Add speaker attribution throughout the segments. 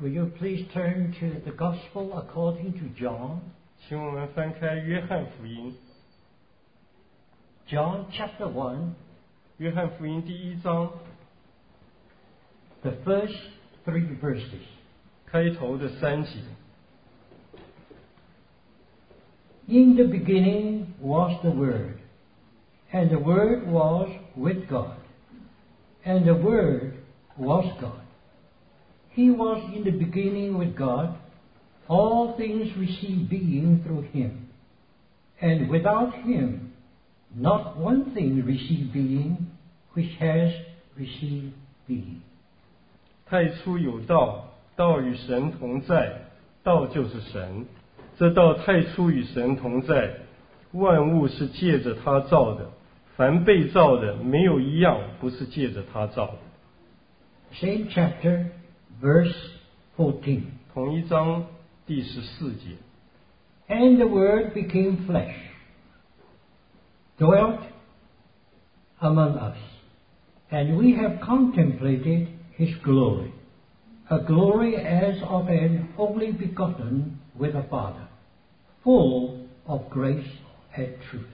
Speaker 1: Will you please turn to the Gospel according to John,
Speaker 2: 请我们翻开《约翰福音》，《
Speaker 1: John chapter 1,
Speaker 2: 约翰福音》第一章
Speaker 1: the first three verses?
Speaker 2: 开头的三节。
Speaker 1: In the beginning was the Word, and the Word was with God, and the Word was God. He was in the beginning with God. All things received being through him, and without him, not one thing received being which has received being.
Speaker 2: 太初有道，道与神同在，道就是神。这道太初与神同在，万物是借着他造的，凡被造的没有一样不是借着他造的。
Speaker 1: Same chapter, verse 14.
Speaker 2: 同一章第十四节，
Speaker 1: And the Word became flesh, dwelt among us, and we have contemplated His glory, a glory as of an only begotten with a Father, full of grace and truth.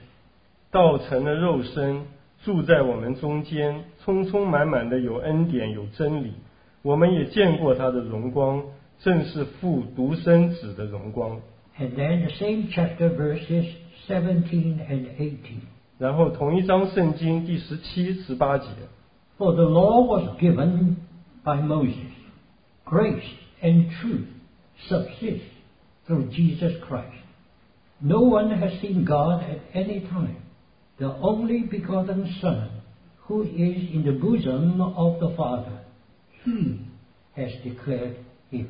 Speaker 2: 道成了肉身，住在我们中间，充充满满的有恩典有真理。我们也见过他的荣光，正是父独生子的荣光。
Speaker 1: And then the same chapter, verses 17 and 18.
Speaker 2: 然后同一章圣经第十七、十八节，
Speaker 1: For the law was given by Moses. Grace and truth subsist through Jesus Christ. No one has seen God at any time. The only begotten Son, who is in the bosom of the Father, he has declared him.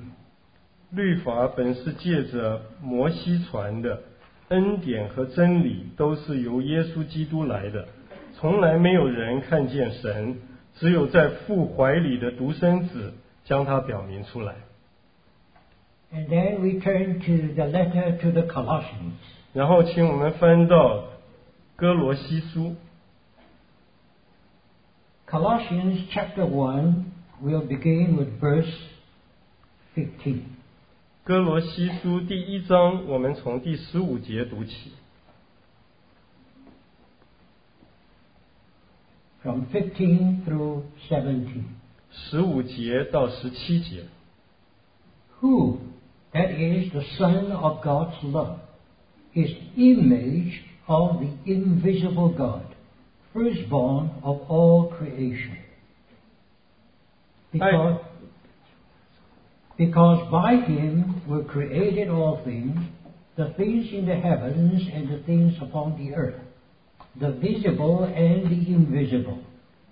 Speaker 2: 律法本是借着摩西传的，恩典和真理都是由耶稣基督来的。从来没有人看见神，只有在父怀里的独生子将他表明出来。
Speaker 1: And then we turn to the letter to the Colossians.
Speaker 2: 然后，请我们翻到哥罗西书
Speaker 1: Colossians chapter 1 will begin with verse 15.
Speaker 2: 哥罗西书第一章，我们从第十五节读起，
Speaker 1: from 15 through 17.
Speaker 2: 十五节到十七节。
Speaker 1: Who, that is the Son of God's love, is image of the invisible God, firstborn of all creation. Because, because by him were created all things, the things in the heavens and the things upon the earth, the visible and the invisible,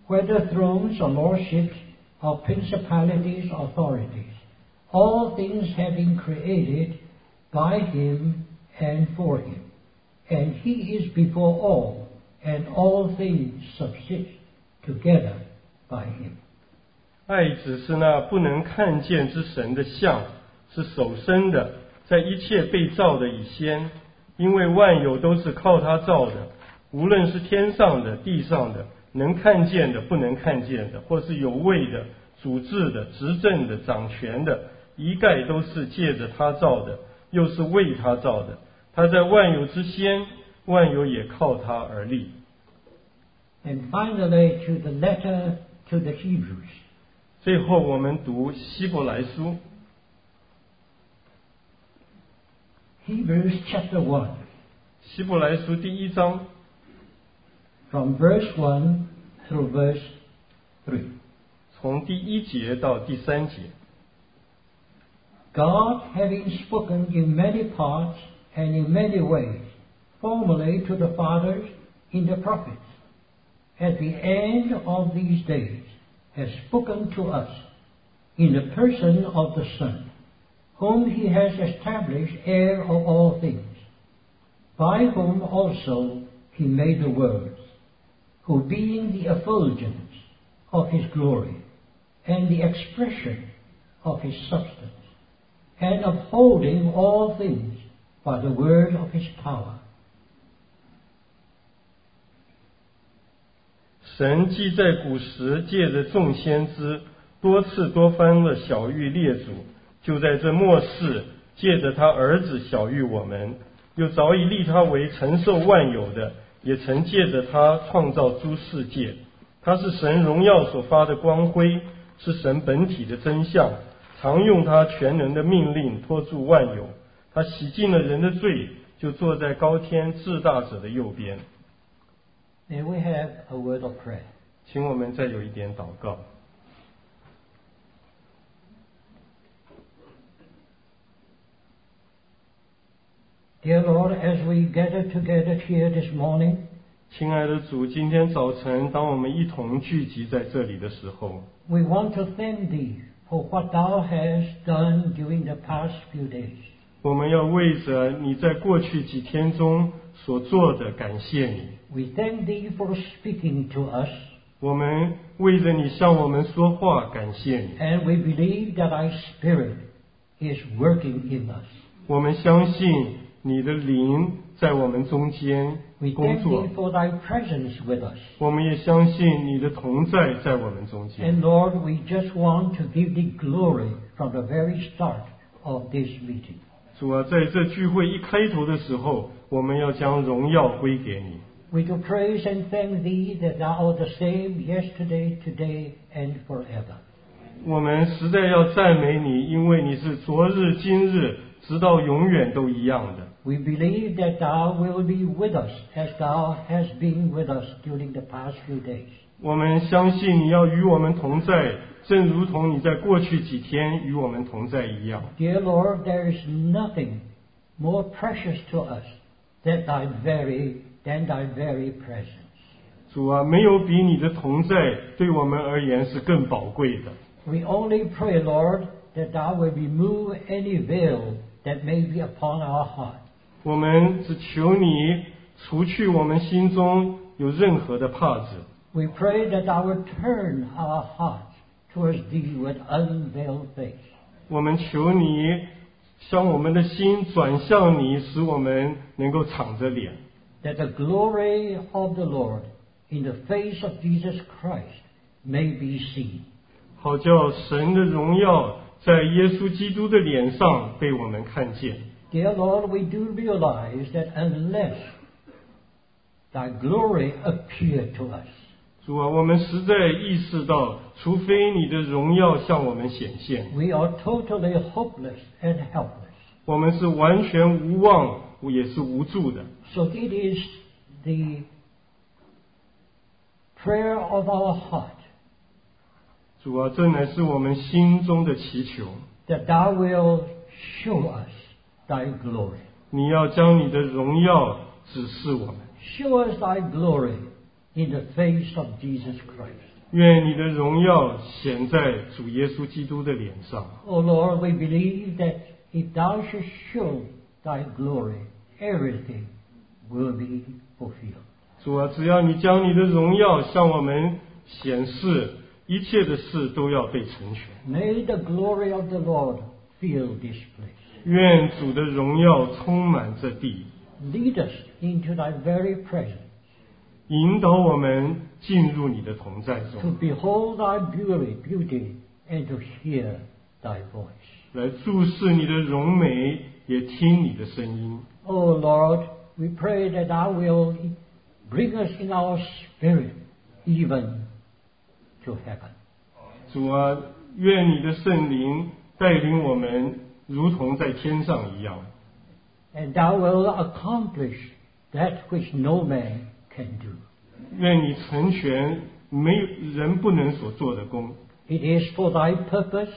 Speaker 1: whether thrones or lordships or principalities or authorities. All things have been created by him and for him. And he is before all, and all things subsist together by him.
Speaker 2: 爱只是那不能看见之神的像，是手生的，在一切被造的以先，因为万有都是靠他造的，无论是天上的、地上的，能看见的、不能看见的，或是有位的、主治的、执政的、掌权的，一概都是借着他造的，又是为他造的。他在万有之先，万有也靠他而立。
Speaker 1: And finally, to the letter to the Hebrews.
Speaker 2: 最后，我们读希伯来书
Speaker 1: Hebrews chapter 1,
Speaker 2: 希伯来书第一章
Speaker 1: from verse 1 through verse 3.
Speaker 2: 从第一节到第三节，
Speaker 1: God, having spoken in many parts and in many ways, formerly to the fathers in the prophets, at the end of these days has spoken to us in the person of the Son, whom he has established heir of all things, by whom also he made the worlds, who being the effulgence of his glory and the expression of his substance, and upholding all things by the word of his power.
Speaker 2: 神既在古时借着众先知多次多番的小谕列祖，就在这末世，借着他儿子小玉我们，又早已立他为承受万有的，也曾借着他创造诸世界。他是神荣耀所发的光辉，是神本体的真相，常用他全能的命令托住万有。他洗净了人的罪，就坐在高天至大者的右边。
Speaker 1: May we have a word of prayer.
Speaker 2: 请我们再有一点祷告。
Speaker 1: Dear Lord, as we gather together here this morning,
Speaker 2: 亲爱的主，今天早晨，当我们一同聚集在这里的时候，
Speaker 1: we want to thank Thee for what Thou hast done during the past few days.
Speaker 2: 我们要为着你在过去几天中所做的感谢你。
Speaker 1: We thank Thee for speaking to us,
Speaker 2: 我们为着你向我们说话感谢你。
Speaker 1: and we believe that Thy Spirit is working in us.
Speaker 2: 我们相信你的灵在我们中间
Speaker 1: We
Speaker 2: 工
Speaker 1: thank
Speaker 2: 作
Speaker 1: Thee，for Thy presence with us.
Speaker 2: 我们也相信你的同在在我们中间
Speaker 1: And。Lord, we just want to give Thee glory from the very start of this meeting.
Speaker 2: 主啊，在这聚会一开头的时候，我们要将荣耀归给你。
Speaker 1: We do praise and thank Thee that Thou art the same yesterday, today, and forever.
Speaker 2: 我们实在要赞美你，因为你是昨日、今日，直到永远都一样的。
Speaker 1: We believe that Thou will be with us as Thou hast been with us during the past few days.
Speaker 2: 我们相信你要与我们同在，正如同你在过去几天与我们同在一样。
Speaker 1: Dear Lord, there is nothing more precious to us than Thy very, than thy very presence.
Speaker 2: 主啊，没有比你的同在对我们而言是更宝贵的。
Speaker 1: We only pray, Lord, that Thou will remove any veil that may be upon our heart.
Speaker 2: 我们只求你除去我们心中有任何的帕子。
Speaker 1: We pray that Thou would turn our hearts towards Thee with unveiled face.
Speaker 2: 我们求你将我们的心转向你，使我们能够敞着脸。
Speaker 1: that the glory of the Lord in the face of Jesus Christ may be seen.
Speaker 2: 好叫神的荣耀在耶稣基督的脸上被我们看见。
Speaker 1: Dear Lord, we do realize that unless thy glory appeared to us,
Speaker 2: 主啊，我们实在意识到，除非你的荣耀向我们显现，
Speaker 1: we are totally hopeless and helpless.
Speaker 2: 我们是完全无望也是无助的。
Speaker 1: So it is the prayer of our heart
Speaker 2: 主啊，这乃是我们心中的祈求。
Speaker 1: that thou will show us thy glory.
Speaker 2: 你要将你的荣耀指示我们，
Speaker 1: Show us thy glory in the face of Jesus Christ.
Speaker 2: 愿你的荣耀显在主耶稣基督的脸上。
Speaker 1: O Lord, we believe that if thou shouldst show thy glory, everything will be fulfilled.
Speaker 2: 主啊，只要你将你的荣耀向我们显示，一切的事都要被成全。
Speaker 1: May the glory of the Lord fill this place.
Speaker 2: 愿主的荣耀充满这地，
Speaker 1: Lead us into thy very presence
Speaker 2: 引导我们进入你的同在
Speaker 1: to
Speaker 2: 中，
Speaker 1: behold thy beauty, beauty and to hear thy voice.
Speaker 2: 来注视你的荣美，也听你的声音。
Speaker 1: O Lord, we pray that thou will bring us in our spirit even to heaven.
Speaker 2: 主啊，愿你的圣灵带领我们，如同在天上一样。
Speaker 1: and thou wilt accomplish that which no man can do.
Speaker 2: 愿你成全没有人不能所做的功，
Speaker 1: It is for thy purpose,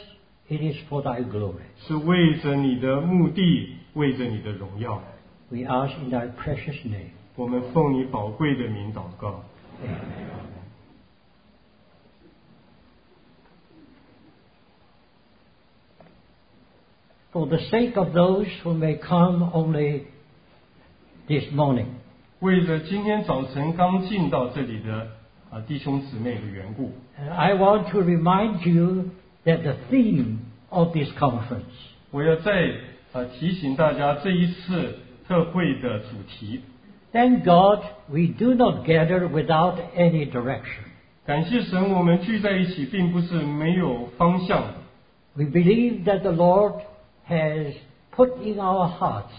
Speaker 1: it is for thy glory.
Speaker 2: 是为着你的目的，为着你的荣耀。
Speaker 1: We ask in thy precious name.
Speaker 2: 我们奉你宝贵的名祷告。
Speaker 1: Amen. For the sake of those who may come only this morning,
Speaker 2: 为着今天早晨刚进到这里的啊弟兄姊妹的缘故，
Speaker 1: I want to remind you that the theme of this conference
Speaker 2: 我要再呃提醒大家这一次特会的主题。
Speaker 1: Thank God we do not gather without any direction.
Speaker 2: 感谢神，我们聚在一起并不是没有方向的，
Speaker 1: We believe that the Lord has put in our hearts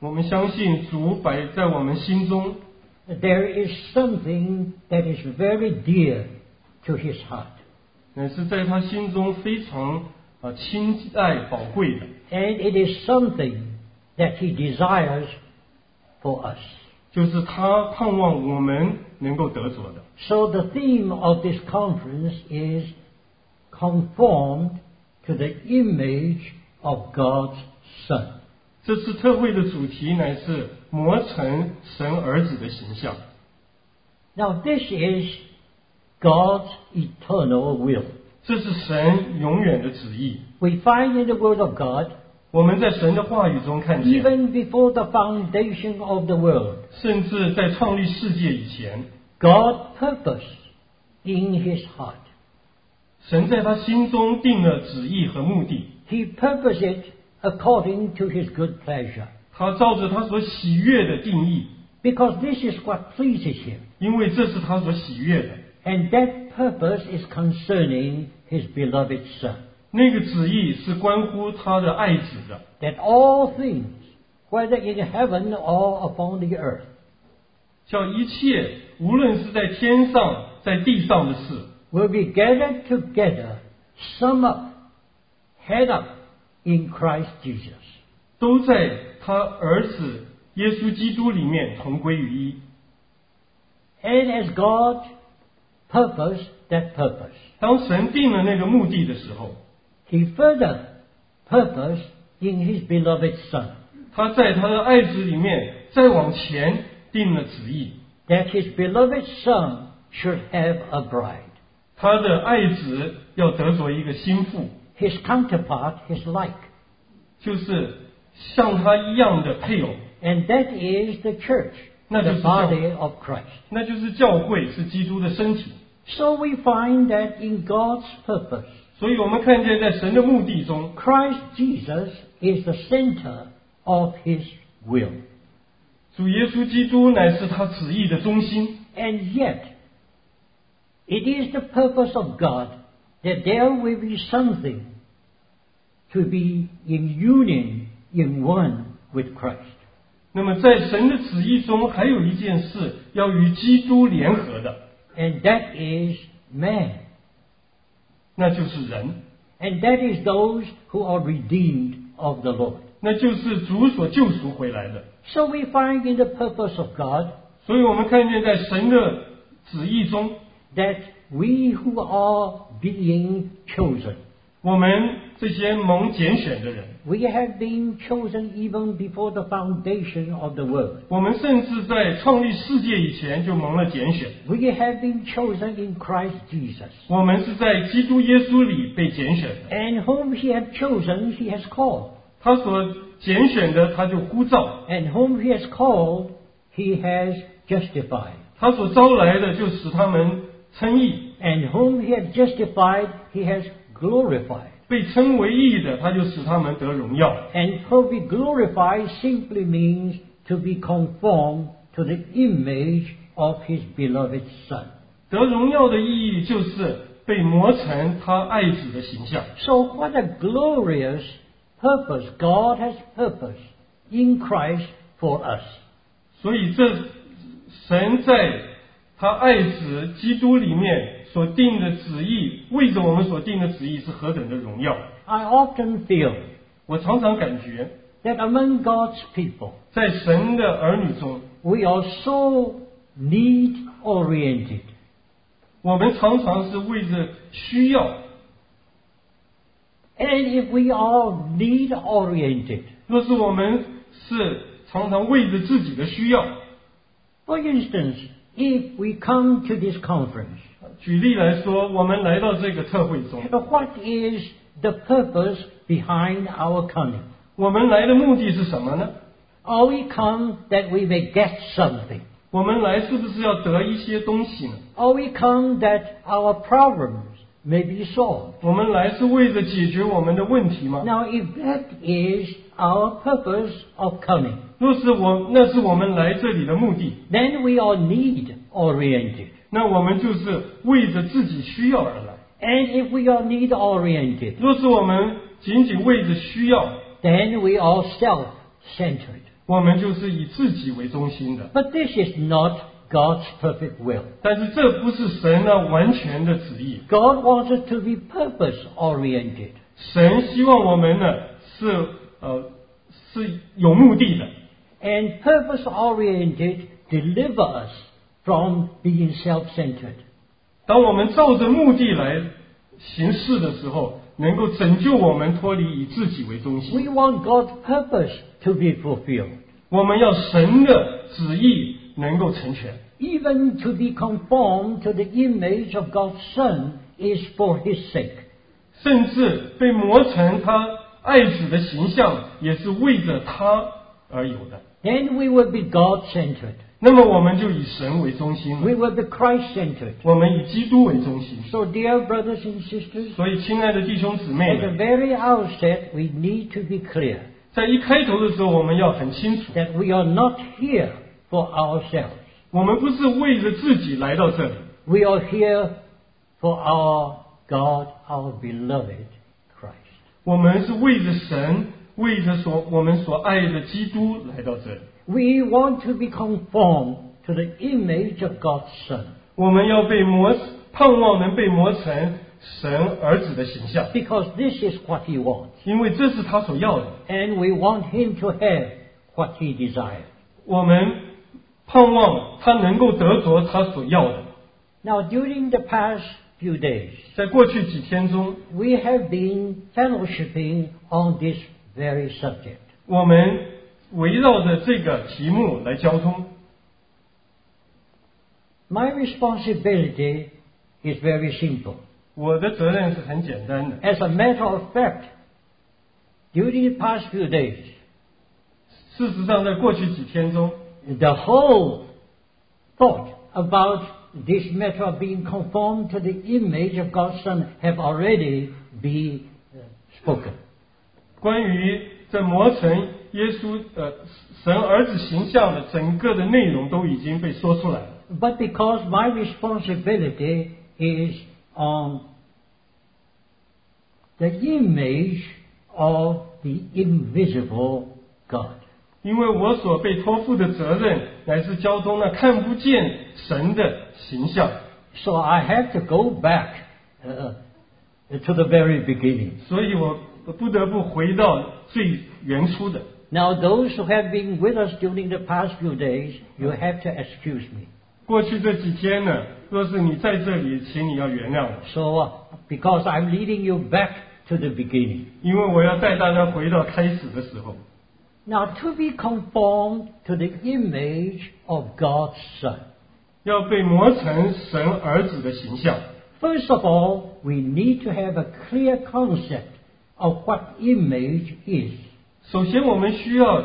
Speaker 2: 我们相信主摆在我们心中
Speaker 1: there is something that is very dear to his heart.
Speaker 2: 乃是在他心中非常啊亲爱宝贵的，
Speaker 1: And it is something that he desires for us.
Speaker 2: 就是他盼望我们能够得着的。
Speaker 1: So the theme of this conference is conformed to the image of God's Son.
Speaker 2: 这次特会的主题乃是磨成神儿子的形象，
Speaker 1: Now this is God's eternal will.
Speaker 2: 这是神永远的旨意。
Speaker 1: We find in the Word of God,
Speaker 2: 我们在神的话语中看见，
Speaker 1: even before the foundation of the world,
Speaker 2: 甚至在创立世界以前，
Speaker 1: God purposed in his heart.
Speaker 2: 神在他心中定了旨意和目的，
Speaker 1: He purposed it according to his good pleasure.
Speaker 2: 他照着他所喜悦的定义，
Speaker 1: Because this is what pleases him.
Speaker 2: 因为这是他所喜悦的。
Speaker 1: And that purpose is concerning his beloved Son.
Speaker 2: 那个旨意是关乎他的爱子的，
Speaker 1: That all things, whether in heaven or upon the earth,
Speaker 2: 叫一切无论是在天上在地上的事，
Speaker 1: will be gathered together, sum up, head up in Christ Jesus.
Speaker 2: 都在他儿子耶稣基督里面同归于一。
Speaker 1: And as God purposed that purpose,
Speaker 2: 当神定了那个目的的时候，
Speaker 1: He further purposed in His beloved Son
Speaker 2: 他在他的爱子里面再往前定了旨意，
Speaker 1: that His beloved Son should have a bride,
Speaker 2: 他的爱子要得着一个心腹，
Speaker 1: His counterpart, His like.
Speaker 2: 就是像他一样的配偶，
Speaker 1: And that is the church,
Speaker 2: No,
Speaker 1: the
Speaker 2: just-
Speaker 1: body of Christ.
Speaker 2: 那就是教会是基督的身体。
Speaker 1: So we find that in God's purpose,
Speaker 2: 所以我们看见，在神的目的中，
Speaker 1: Christ Jesus is the center of His will.
Speaker 2: 主耶稣基督乃是他旨意的中心。
Speaker 1: And yet, it is the purpose of God that there will be something to be in union, in one with Christ.
Speaker 2: 那么，在神的旨意中，还有一件事要与基督联合的，
Speaker 1: And that is man.
Speaker 2: 那就是人，
Speaker 1: And that is those who are redeemed of the Lord.
Speaker 2: 那就是主所救赎回来的。
Speaker 1: So we find in the purpose of God
Speaker 2: 所以我们看见，在神的旨意中，
Speaker 1: that we who are being chosen,
Speaker 2: 我们这些蒙拣选的人，
Speaker 1: we have been chosen even before the foundation of the world.
Speaker 2: 我们甚至在创立世界以前就蒙了拣选，
Speaker 1: We have been chosen in Christ Jesus.
Speaker 2: 我们是在基督耶稣里被拣选的。
Speaker 1: And whom he hath chosen, he has called.
Speaker 2: 他所拣选的，他就呼召；
Speaker 1: And whom he has called, he has justified.
Speaker 2: 他所招来的，就使他们称义。
Speaker 1: And whom he hath justified, he has glorified.
Speaker 2: 被称为义的，他就使他们得荣耀。
Speaker 1: And to be glorified simply means to be conformed to the image of his beloved Son.
Speaker 2: 得荣耀的意义就是被磨成他爱子的形象。
Speaker 1: So what a glorious purpose God has purposed in Christ for us.
Speaker 2: 所以这神在他爱子基督里面所定的旨意，为着我们所定的旨意是何等的荣耀。
Speaker 1: I often feel
Speaker 2: 我常常感觉，
Speaker 1: that among God's people,
Speaker 2: 在神的儿女中，
Speaker 1: we are so need oriented.
Speaker 2: 我们常常是为着需要。
Speaker 1: And if we are need oriented,
Speaker 2: 若是我们是常常为着自己的需要，
Speaker 1: for instance, if we come to this conference,
Speaker 2: 举例来说，我们来到这个特会中，
Speaker 1: what is the purpose behind our coming?
Speaker 2: 我们来的目的是什么呢？
Speaker 1: Are we come that we may get something?
Speaker 2: 我们来是不是要得一些东西呢？
Speaker 1: Are we come that our problems may be solved?
Speaker 2: 我们来是为了解决我们的问题吗？
Speaker 1: Now, if that is our purpose of coming,
Speaker 2: 若是我那是我们来这里的目的，
Speaker 1: then we are need oriented.
Speaker 2: 那我们就是为着自己需要而来。
Speaker 1: And if we are need oriented,
Speaker 2: 若是我们仅仅为着需要，
Speaker 1: then we are self centered.
Speaker 2: 我们就是以自己为中心的。
Speaker 1: But this is not God's perfect will.
Speaker 2: 但是这不是神呢、完全的旨意。
Speaker 1: God wants us to be purpose oriented.
Speaker 2: 神希望我们呢是呃是有目的的，
Speaker 1: And purpose oriented deliver us from being self centered.
Speaker 2: 当我们照着目的来行事的时候，能够拯救我们脱离以自己为中心。
Speaker 1: We want God's purpose to be fulfilled,
Speaker 2: 我们要神的旨意能够成全，
Speaker 1: even to be conformed to the image of God's Son is for His sake.
Speaker 2: 甚至被磨成他爱子的形象，也是为着他而有的。
Speaker 1: Then we will be God centered.
Speaker 2: 那么我们就以神为中心了
Speaker 1: We will be Christ centered.
Speaker 2: 我们以基督为中心。
Speaker 1: So, dear brothers and sisters,
Speaker 2: 所以，亲爱的弟兄姊妹
Speaker 1: at the
Speaker 2: 们，
Speaker 1: very outset, we need to be clear
Speaker 2: 在一开头的时候，我们要很清楚，
Speaker 1: that we are not here for ourselves.
Speaker 2: 我们不是为着自己来到这里，
Speaker 1: We are here for our God, our beloved Christ.
Speaker 2: 我们是为着神，为着所我们所爱的基督来到这里。
Speaker 1: We want to be conformed to the image of God's Son
Speaker 2: 我们要被磨，盼望能被磨成神儿子的形象，
Speaker 1: because this is what He wants,
Speaker 2: 因为这是他所要的。
Speaker 1: and we want Him to have what He desires.
Speaker 2: 我们盼望他能够得着他所要的。
Speaker 1: Now, during the past few days,
Speaker 2: 在过去几天中，
Speaker 1: we have been fellowshipping on this very subject.
Speaker 2: 我们围绕着这个题目来交通。
Speaker 1: My responsibility is very simple.
Speaker 2: 我的责任是很简单的，
Speaker 1: As a matter of fact, during the past few days,
Speaker 2: 事实上，在过去几天中，
Speaker 1: the whole thought about this matter of being conformed to the image of God's Son have already been uh, spoken.
Speaker 2: 关于在磨成耶稣呃神儿子形象的整个的内容都已经被说出来了。
Speaker 1: But because my responsibility is on the image of the invisible God.
Speaker 2: 因为我所被托付的责任乃是交通那看不见神的形象，
Speaker 1: So I have to go back uh, to the very beginning.
Speaker 2: 所以我不得不回到最原初的。
Speaker 1: Now, those who have been with us during the past few days, you have to excuse me.
Speaker 2: 过去这几天呢，若是你在这里，请你要原谅我，
Speaker 1: So, uh, because I'm leading you back to the beginning.
Speaker 2: 因为我要带大家回到开始的时候。
Speaker 1: Now, to be conformed to the image of God's Son.
Speaker 2: 要被磨成神儿子的形象。
Speaker 1: First of all, we need to have a clear concept of what image is.
Speaker 2: 首先，我们需要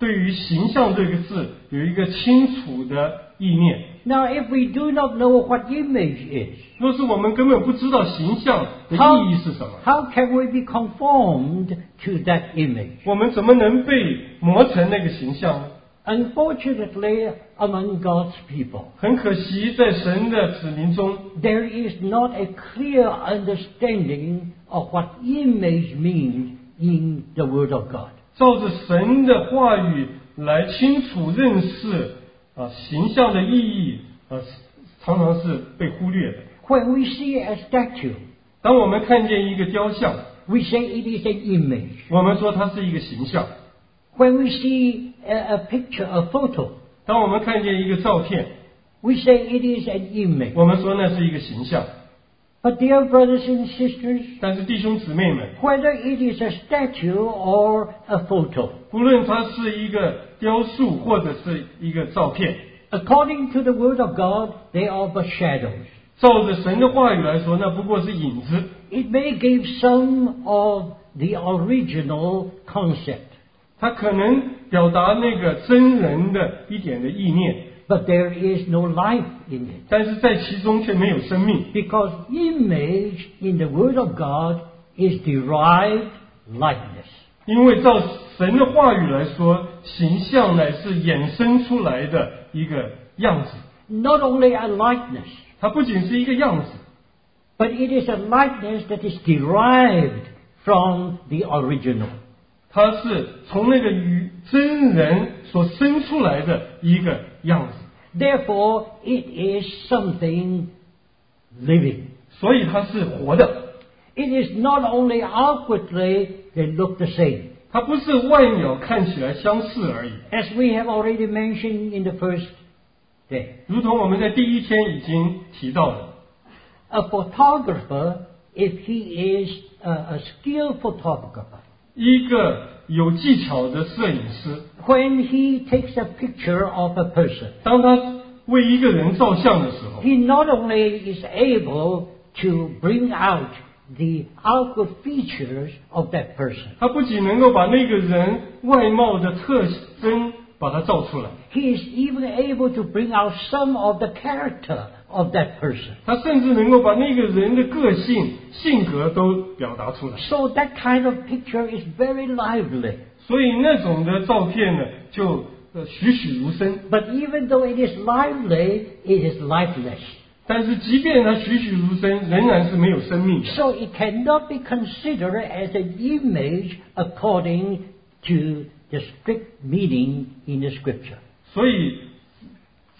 Speaker 2: 对于“形象”这个字有一个清楚的意念。
Speaker 1: Now, if we do not know what image is,
Speaker 2: 若是我们根本不知道形象的
Speaker 1: how,
Speaker 2: 意义是什么，
Speaker 1: how can we be conformed to that image?
Speaker 2: 我们怎么能被磨成那个形象呢？
Speaker 1: Unfortunately, among God's people,
Speaker 2: 很可惜，在神的子民中，
Speaker 1: there is not a clear understanding of what image means in the Word of God.
Speaker 2: 照着神的话语来清楚认识啊形象的意义，啊常常是被忽略的。
Speaker 1: When we see a statue,
Speaker 2: 当我们看见一个雕像，
Speaker 1: we say it is an image.
Speaker 2: 我们说它是一个形象；
Speaker 1: When we see a, a picture, a photo,
Speaker 2: 当我们看见一个照片，
Speaker 1: we say it is an image.
Speaker 2: 我们说那是一个形象。
Speaker 1: But dear brothers and sisters,
Speaker 2: 但是弟兄姊妹们，
Speaker 1: whether it is a statue or a photo,
Speaker 2: 不论它是一个雕塑或者是一个照片，
Speaker 1: according to the Word of God, they are but shadows.
Speaker 2: 照着神的话语来说，那不过是影子。
Speaker 1: It may give some of the original concept,
Speaker 2: 它可能表达那个真人的一点的意念，
Speaker 1: but there is no life in it.
Speaker 2: 但是在其中却没有生命。
Speaker 1: Because image in the Word of God is derived likeness.
Speaker 2: 因为照神的话语来说，形象乃是衍生出来的一个样子，
Speaker 1: Not only a likeness,
Speaker 2: 它不仅是一个样子，
Speaker 1: But it is a likeness that is derived from the original.
Speaker 2: 它是从那个与真人所生出来的一个样子，
Speaker 1: Therefore, it is something living.
Speaker 2: 所以它是活的。
Speaker 1: It is not only outwardly they look the same.
Speaker 2: 它不是外表看起来相似而已，
Speaker 1: As we have already mentioned in the first day,
Speaker 2: 如同我们在第一天已经提到的，
Speaker 1: a photographer, if he is a, a skilled photographer,
Speaker 2: 一个有技巧的摄影师，
Speaker 1: when he takes a picture of a person,
Speaker 2: 当他为一个人照相的时候，
Speaker 1: he not only is able to bring out the outward features of that person,
Speaker 2: 他不仅能够把那个人外貌的特征把它照出来，
Speaker 1: he is even able to bring out some of the character of that person.
Speaker 2: 他甚至能够把那个人的个性、性格都表达出来。
Speaker 1: So that kind of picture is very lively.
Speaker 2: 所以那种的照片呢，就呃栩栩如生。
Speaker 1: But even though it is lively, it is lifeless.
Speaker 2: 但是即便它栩栩如生，仍然是没有生命的。
Speaker 1: So it cannot be considered as an image according to the strict meaning in the scripture.
Speaker 2: 所以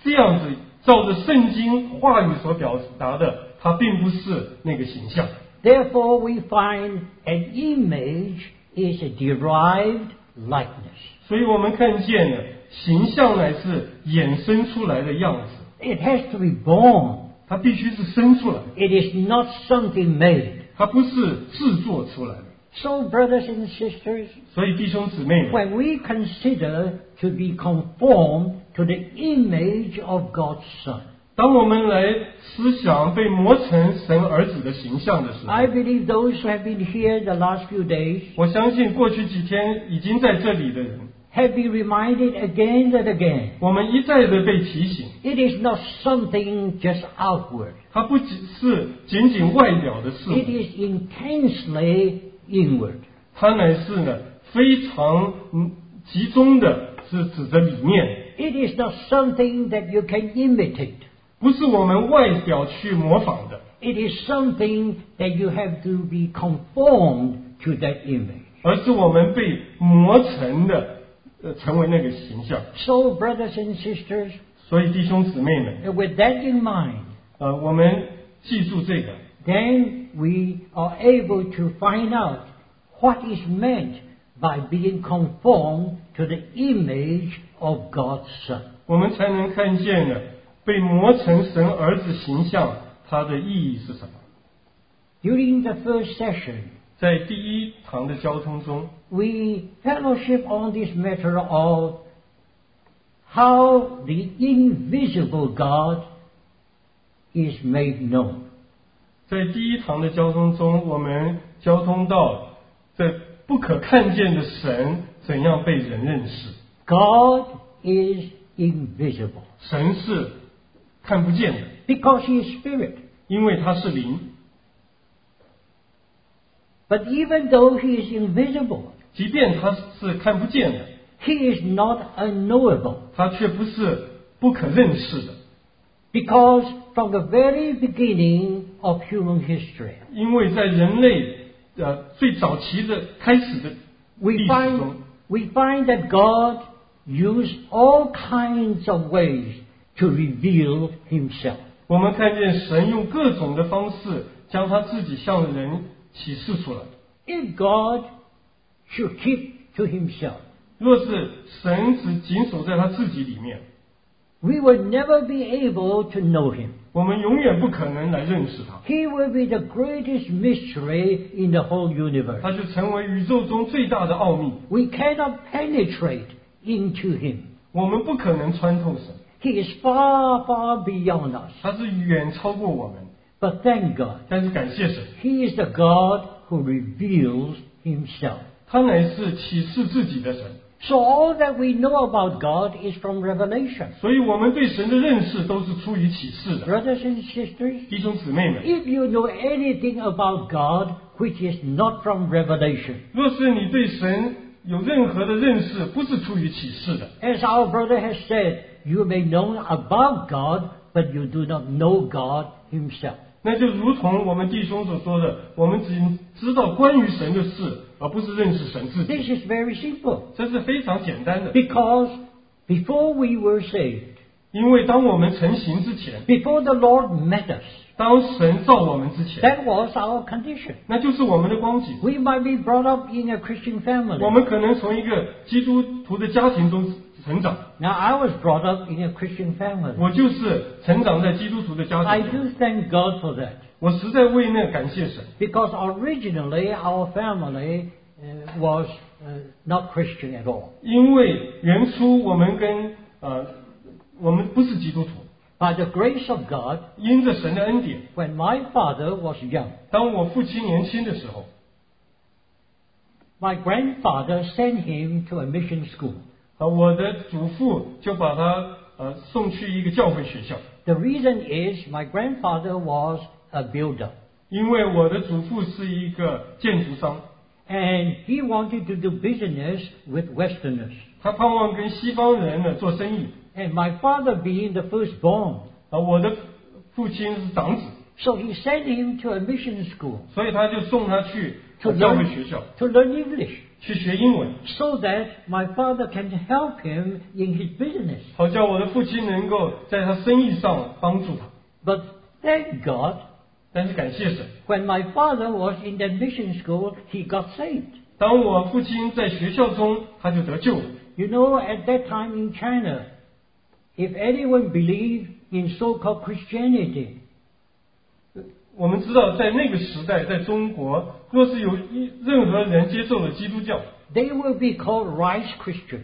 Speaker 2: 这样子照着圣经话语所表达的，它并不是那个形象。
Speaker 1: Therefore, we find an image is a derived likeness.
Speaker 2: 所以我们看见了形象乃是衍生出来的样子，
Speaker 1: It has to be born.
Speaker 2: 它必须是生出来的，
Speaker 1: It is not something made.
Speaker 2: 它不是制作出来的。
Speaker 1: So, brothers and sisters,
Speaker 2: 所以弟兄姊妹们，
Speaker 1: when we consider to be conformed to the image of God's Son,
Speaker 2: 当我们来思想被磨成神儿子的形象的时候，
Speaker 1: I believe those who have been here the last few days
Speaker 2: 我相信过去几天已经在这里的人，
Speaker 1: have been reminded again and again.
Speaker 2: 我们一再的被提醒，
Speaker 1: It is not something just outward.
Speaker 2: 它不只是仅仅外表的事
Speaker 1: It
Speaker 2: 物，
Speaker 1: is intensely inward.
Speaker 2: 它乃是呢非常嗯集中的，是指着里面，
Speaker 1: It is not something that you can imitate.
Speaker 2: 不是我们外表去模仿的，
Speaker 1: It is something that you have to be conformed to that image.
Speaker 2: 而是我们被磨成的，呃，成为那个形象。
Speaker 1: So, brothers and sisters,
Speaker 2: 所以弟兄姊妹们，
Speaker 1: with that in mind,
Speaker 2: 呃，我们记住这个，
Speaker 1: then we are able to find out what is meant by being conformed to the image of God's Son.
Speaker 2: 我们才能看见呢被磨成神儿子形象它的意义是什么。
Speaker 1: During the first session,
Speaker 2: 在第一堂的交通中，
Speaker 1: we fellowship on this matter of how the invisible God is made known.
Speaker 2: 在第一堂的交通中，我们交通到这不可看见的神怎样被人认识。
Speaker 1: God is invisible
Speaker 2: 神是看不见的，
Speaker 1: because He is spirit.
Speaker 2: 因为他是灵。
Speaker 1: But even though He is invisible,
Speaker 2: 即便他是看不见的，
Speaker 1: He is not unknowable.
Speaker 2: 他却不是不可认识的。
Speaker 1: Because from the very beginning of human history,
Speaker 2: 因为在人类呃最早期的开始的历
Speaker 1: we
Speaker 2: 史
Speaker 1: find,
Speaker 2: 中，
Speaker 1: we find that God used all kinds of ways to reveal Himself.
Speaker 2: 我们看见神用各种的方式将他自己向人启示出来。
Speaker 1: If God should keep to Himself,
Speaker 2: 若是神只紧守在他自己里面，
Speaker 1: we will never be able to know Him.
Speaker 2: 我们永远不可能来认识他，
Speaker 1: He will be the greatest mystery in the whole universe.
Speaker 2: 他就成为宇宙中最大的奥秘。
Speaker 1: We cannot penetrate into Him.
Speaker 2: 我们不可能穿透神，
Speaker 1: He is far, far beyond us.
Speaker 2: 他是远超过我们。
Speaker 1: But thank God.
Speaker 2: 但是感谢神，
Speaker 1: He is the God who reveals Himself.
Speaker 2: 他乃是启示自己的神，
Speaker 1: So all that we know about God is from revelation.
Speaker 2: 所以我们对神的认识都是出于启示的。
Speaker 1: Brothers and sisters,
Speaker 2: 弟兄姊妹们，
Speaker 1: if you know anything about God which is not from revelation,
Speaker 2: 若是你对神有任何的认识不是出于启示的，
Speaker 1: as our brother has said, you may know about God, but you do not know God Himself.
Speaker 2: 那就如同我们弟兄所说的，我们只知道关于神的事，而不是认识神自
Speaker 1: This
Speaker 2: 己。
Speaker 1: is very simple.
Speaker 2: 这是非常简单的，
Speaker 1: Because before we were saved,
Speaker 2: 因为当我们成型之前，
Speaker 1: before the Lord met us,
Speaker 2: 当神造我们之前，
Speaker 1: that was our condition.
Speaker 2: 那就是我们的光景。
Speaker 1: We might be brought up in a Christian family.
Speaker 2: 我们可能从一个基督徒的家庭中成长，
Speaker 1: Now, I was brought up in a Christian family.
Speaker 2: 我就是成长在基督徒的家
Speaker 1: I
Speaker 2: 庭中。
Speaker 1: do thank God for that.
Speaker 2: 我实在为那感谢神，
Speaker 1: Because originally our family uh, was uh, not Christian at all.
Speaker 2: 因为原初我们跟呃，我们不是基督徒，
Speaker 1: By the grace of God,
Speaker 2: 因着神的恩典，
Speaker 1: when my father was young,
Speaker 2: 当我父亲年轻的时候，
Speaker 1: my grandfather sent him to a mission school.
Speaker 2: 啊，我的祖父就把他呃送去一个教会学校，
Speaker 1: The reason is my grandfather was a builder
Speaker 2: 因为我的祖父是一个建筑商，
Speaker 1: and he wanted to do business with Westerners.
Speaker 2: 他盼望跟西方人呢做生意，
Speaker 1: And my father being the firstborn,
Speaker 2: 啊，我的父亲是长子，
Speaker 1: so he sent him to a mission school
Speaker 2: 所以他就送他去
Speaker 1: to
Speaker 2: 教会学
Speaker 1: learn,
Speaker 2: 校
Speaker 1: to learn English.
Speaker 2: 去学英文，
Speaker 1: so that my father can help him in his business.
Speaker 2: 好叫我的父亲能够在他生意上帮助他。
Speaker 1: But thank God,
Speaker 2: 但是感谢神，
Speaker 1: when my father was in the mission school, he got saved.
Speaker 2: 当我父亲在学校中，他就得救了。
Speaker 1: You know, at that time in China, if anyone believed in so-called Christianity,
Speaker 2: 我们知道，在那个时代，在中国，若是有一任何人接受了基督教，
Speaker 1: they will be called rice Christian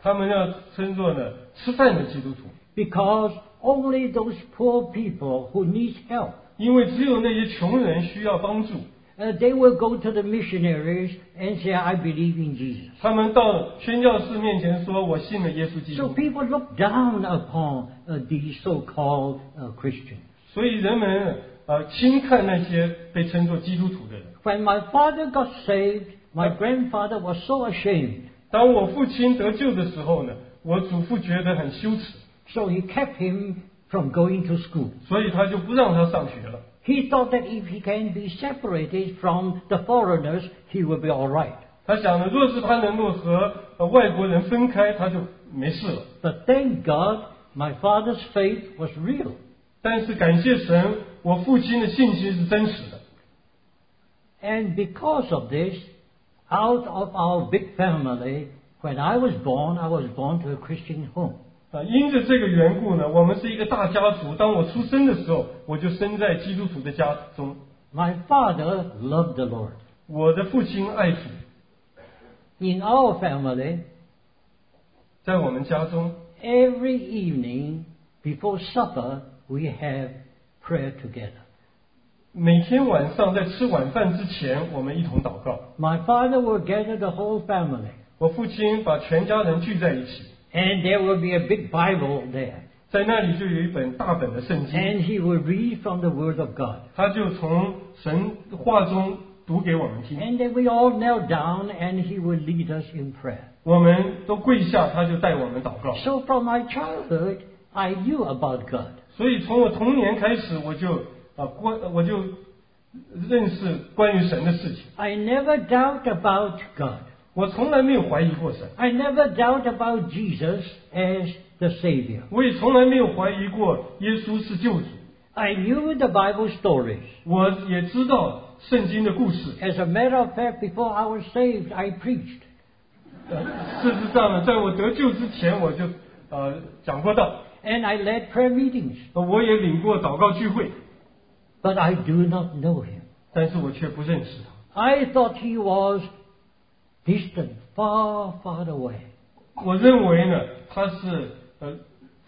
Speaker 2: 他们要称作呢吃饭的基督徒，
Speaker 1: because only those poor people who need help,
Speaker 2: 因为只有那些穷人需要帮助，
Speaker 1: uh, they will go to the missionaries and say, I believe in Jesus.
Speaker 2: 他们到宣教士面前说：“我信了耶稣基
Speaker 1: So
Speaker 2: 督。
Speaker 1: people look down upon uh, these so-called uh, Christians. ”
Speaker 2: 所以人们呃轻看那些被称作基督徒的人。
Speaker 1: When my father got saved, my grandfather was so ashamed,
Speaker 2: 当我父亲得救的时候呢，我祖父觉得很羞耻，
Speaker 1: so he kept him from going to school.
Speaker 2: 所以他就不让他上学了。
Speaker 1: He thought that if he can be separated from the foreigners, he will be all right.
Speaker 2: 他想呢，若是他能够和呃外国人分开，他就没事了。
Speaker 1: But thank God, my father's faith was real.
Speaker 2: 但是感谢神，我父亲的信心是真实的。
Speaker 1: And because of this, out of our big family, when I was born, I was born to a Christian home.
Speaker 2: 啊，因着这个缘故呢，我们是一个大家族。当我出生的时候，我就生在基督徒的家中。
Speaker 1: My father loved the Lord.
Speaker 2: 我的父亲爱主，
Speaker 1: In our family,
Speaker 2: 在我们家中，
Speaker 1: Every evening before supper, we have prayer together.
Speaker 2: 每天晚上在吃晚饭之前，我们一同祷告。
Speaker 1: My father will gather the whole family,
Speaker 2: 我父亲把全家人聚在一起，
Speaker 1: and there will be a big Bible there.
Speaker 2: 在那里就有一本大本的圣经，
Speaker 1: And he will read from the Word of God.
Speaker 2: 他就从神话中读给我们听。
Speaker 1: And then we all knelt down, and he will lead us in prayer.
Speaker 2: 我们都跪下，他就带我们祷告。
Speaker 1: So from my childhood, I knew about God.
Speaker 2: 所以从我童年开始，我就啊关、我就认识关于神的事情。
Speaker 1: I never doubt about God.
Speaker 2: 我从来没有怀疑过神，
Speaker 1: I never doubt about Jesus as the Savior.
Speaker 2: 我也从来没有怀疑过耶稣是救主。
Speaker 1: I knew the Bible stories.
Speaker 2: 我也知道圣经的故事。
Speaker 1: As a matter of fact, before I was saved, I preached.
Speaker 2: 呃事实上呢，在我得救之前，我就呃讲过道，
Speaker 1: And I led prayer meetings,
Speaker 2: 呃我也领过祷告聚会，
Speaker 1: but I do not know him.
Speaker 2: 但是我却不认识他。
Speaker 1: I thought he was distant, far, far away.
Speaker 2: 我认为呢，他是呃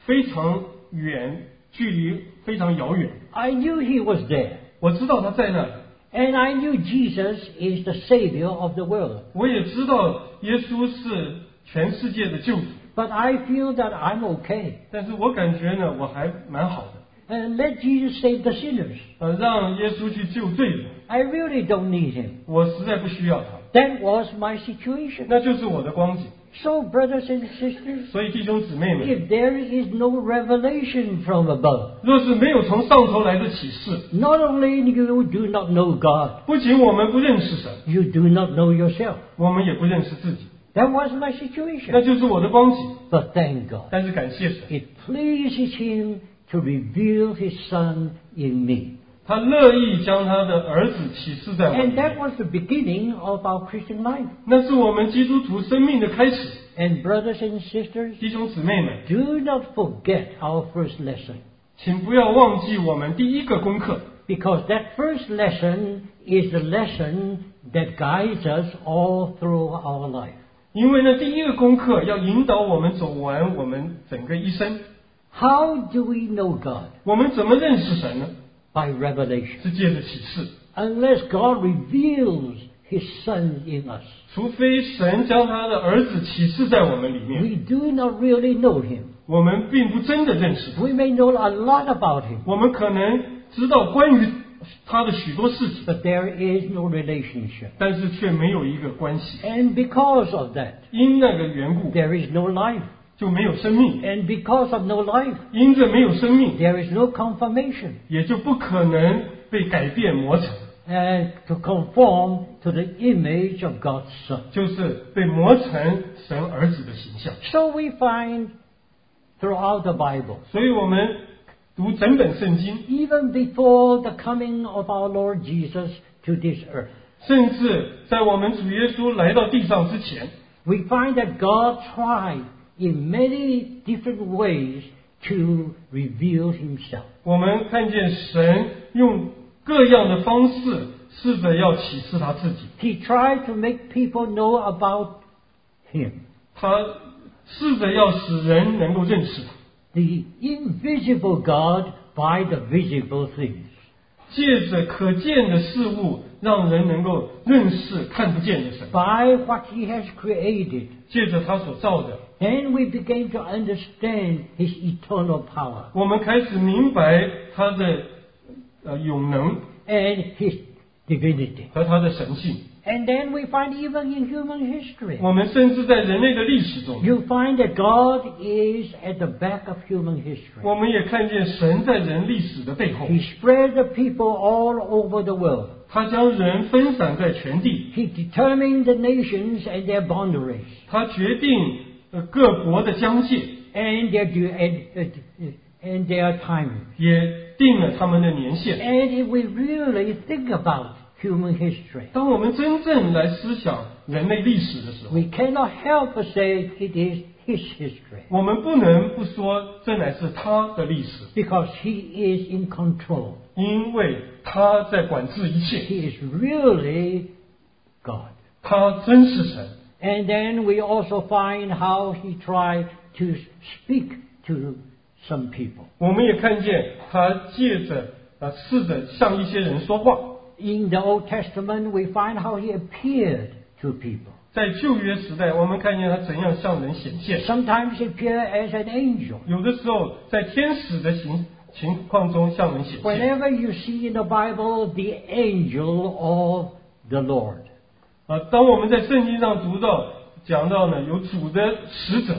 Speaker 2: 非常远，距离非常遥远。
Speaker 1: I knew he was there,
Speaker 2: 我知道他在那里，
Speaker 1: and I knew Jesus is the Savior of the world.
Speaker 2: 我也知道耶稣是全世界的救主，
Speaker 1: But I feel that I'm okay.
Speaker 2: 但是我感觉呢，我还蛮好的。
Speaker 1: and let Jesus save the sinners.
Speaker 2: 呃，让耶稣去救罪人。
Speaker 1: I really don't need him.
Speaker 2: 我实在不需要他，
Speaker 1: That was my situation.
Speaker 2: 那就是我的光景。
Speaker 1: So, brothers and sisters,
Speaker 2: 所以弟兄姊妹们，
Speaker 1: if there is no revelation from above,
Speaker 2: 若是没有从上头来的启示，
Speaker 1: not only you do not know God,
Speaker 2: 不仅我们不认识神，
Speaker 1: you do not know yourself.
Speaker 2: 我们也不认识自己，
Speaker 1: That was my
Speaker 2: 那
Speaker 1: situation.
Speaker 2: 就是我的光景。
Speaker 1: But thank God.
Speaker 2: 但是感谢神，
Speaker 1: It pleases him to reveal his son in me.
Speaker 2: 他乐意将他的儿子启示在我里
Speaker 1: And that
Speaker 2: 面，
Speaker 1: was the beginning of our Christian life.
Speaker 2: 那是我们基督徒生命的开始。
Speaker 1: And brothers and sisters,
Speaker 2: 弟兄姊妹们，
Speaker 1: do not forget our first lesson.
Speaker 2: 请不要忘记我们第一个功课，
Speaker 1: Because that first lesson is the lesson that guides us all through our life.
Speaker 2: 因为呢，第一个功课要引导我们走完我们整个一生。
Speaker 1: How do we know God?
Speaker 2: 我们怎么认识神呢？
Speaker 1: By revelation.
Speaker 2: 是借着启示，
Speaker 1: Unless God reveals his son in us,
Speaker 2: 除非神将他的儿子启示在我们里面，
Speaker 1: we do not really know him.
Speaker 2: 我们并不真的认识他。
Speaker 1: We may know a lot about him.
Speaker 2: 我们可能知道关于他的许多事情，
Speaker 1: But there is no relationship.
Speaker 2: 但是却没有一个关系。
Speaker 1: And because of that,
Speaker 2: 因那个缘故，
Speaker 1: there is no life.
Speaker 2: 就没有生命；
Speaker 1: And because of no life,
Speaker 2: 因着没有生命，
Speaker 1: there is no confirmation
Speaker 2: 也就不可能被改变磨成，
Speaker 1: and uh, to conform to the image of God's Son.
Speaker 2: 就是被磨成神儿子的形象。
Speaker 1: So we find throughout the Bible,
Speaker 2: 所以，我们读整本圣经，
Speaker 1: even before the coming of our Lord Jesus to this earth,
Speaker 2: 甚至在我们主耶稣来到地上之前，
Speaker 1: we find that God tried in many different ways to reveal Himself.
Speaker 2: 我们看见神用各样的方式试着要启示他自己，
Speaker 1: He tried to make people know about Him.
Speaker 2: 他试着要使人能够认识他。
Speaker 1: the invisible God by the visible things.
Speaker 2: 借着可见的事物，让人能够认识看不见的神；
Speaker 1: By what he has created,
Speaker 2: 借着他所造的，
Speaker 1: then we begin to understand his eternal power
Speaker 2: 我们开始明白他的呃永能
Speaker 1: and his divinity.
Speaker 2: 和他的神性。
Speaker 1: And then we find even in human history,
Speaker 2: 我们甚至在人类的历史中，
Speaker 1: you find that God is at the back of human history.
Speaker 2: 我们也看见神在人历史的背后，
Speaker 1: He spread the people all over the world.
Speaker 2: 他将人分散在全地，
Speaker 1: He determined the nations and their boundaries
Speaker 2: 他决定呃各国的疆界，
Speaker 1: and their, du- and, uh, and their timing.
Speaker 2: 也定了他们的年限。
Speaker 1: And if we really think about human history,
Speaker 2: 当我们真正来思想人类历史的时候，
Speaker 1: we cannot help but say it is his history
Speaker 2: 我们不能不说这乃是他的历史。
Speaker 1: because he is in control.
Speaker 2: 因为他在管制一切，
Speaker 1: He is really God.
Speaker 2: 他真是神。
Speaker 1: And then we also find how he tried to speak to some people.
Speaker 2: 我们也看见他借着呃试着向一些人说话，
Speaker 1: In the Old Testament, we find how he appeared to people.
Speaker 2: 在旧约时代，我们看见他怎样向人显现。
Speaker 1: Sometimes he appeared as an angel.
Speaker 2: 有的时候在天使的情情况中向人显现，
Speaker 1: Whenever you see in the Bible the angel of the Lord,
Speaker 2: 呃，当我们在圣经上读到讲到呢，有主的使者，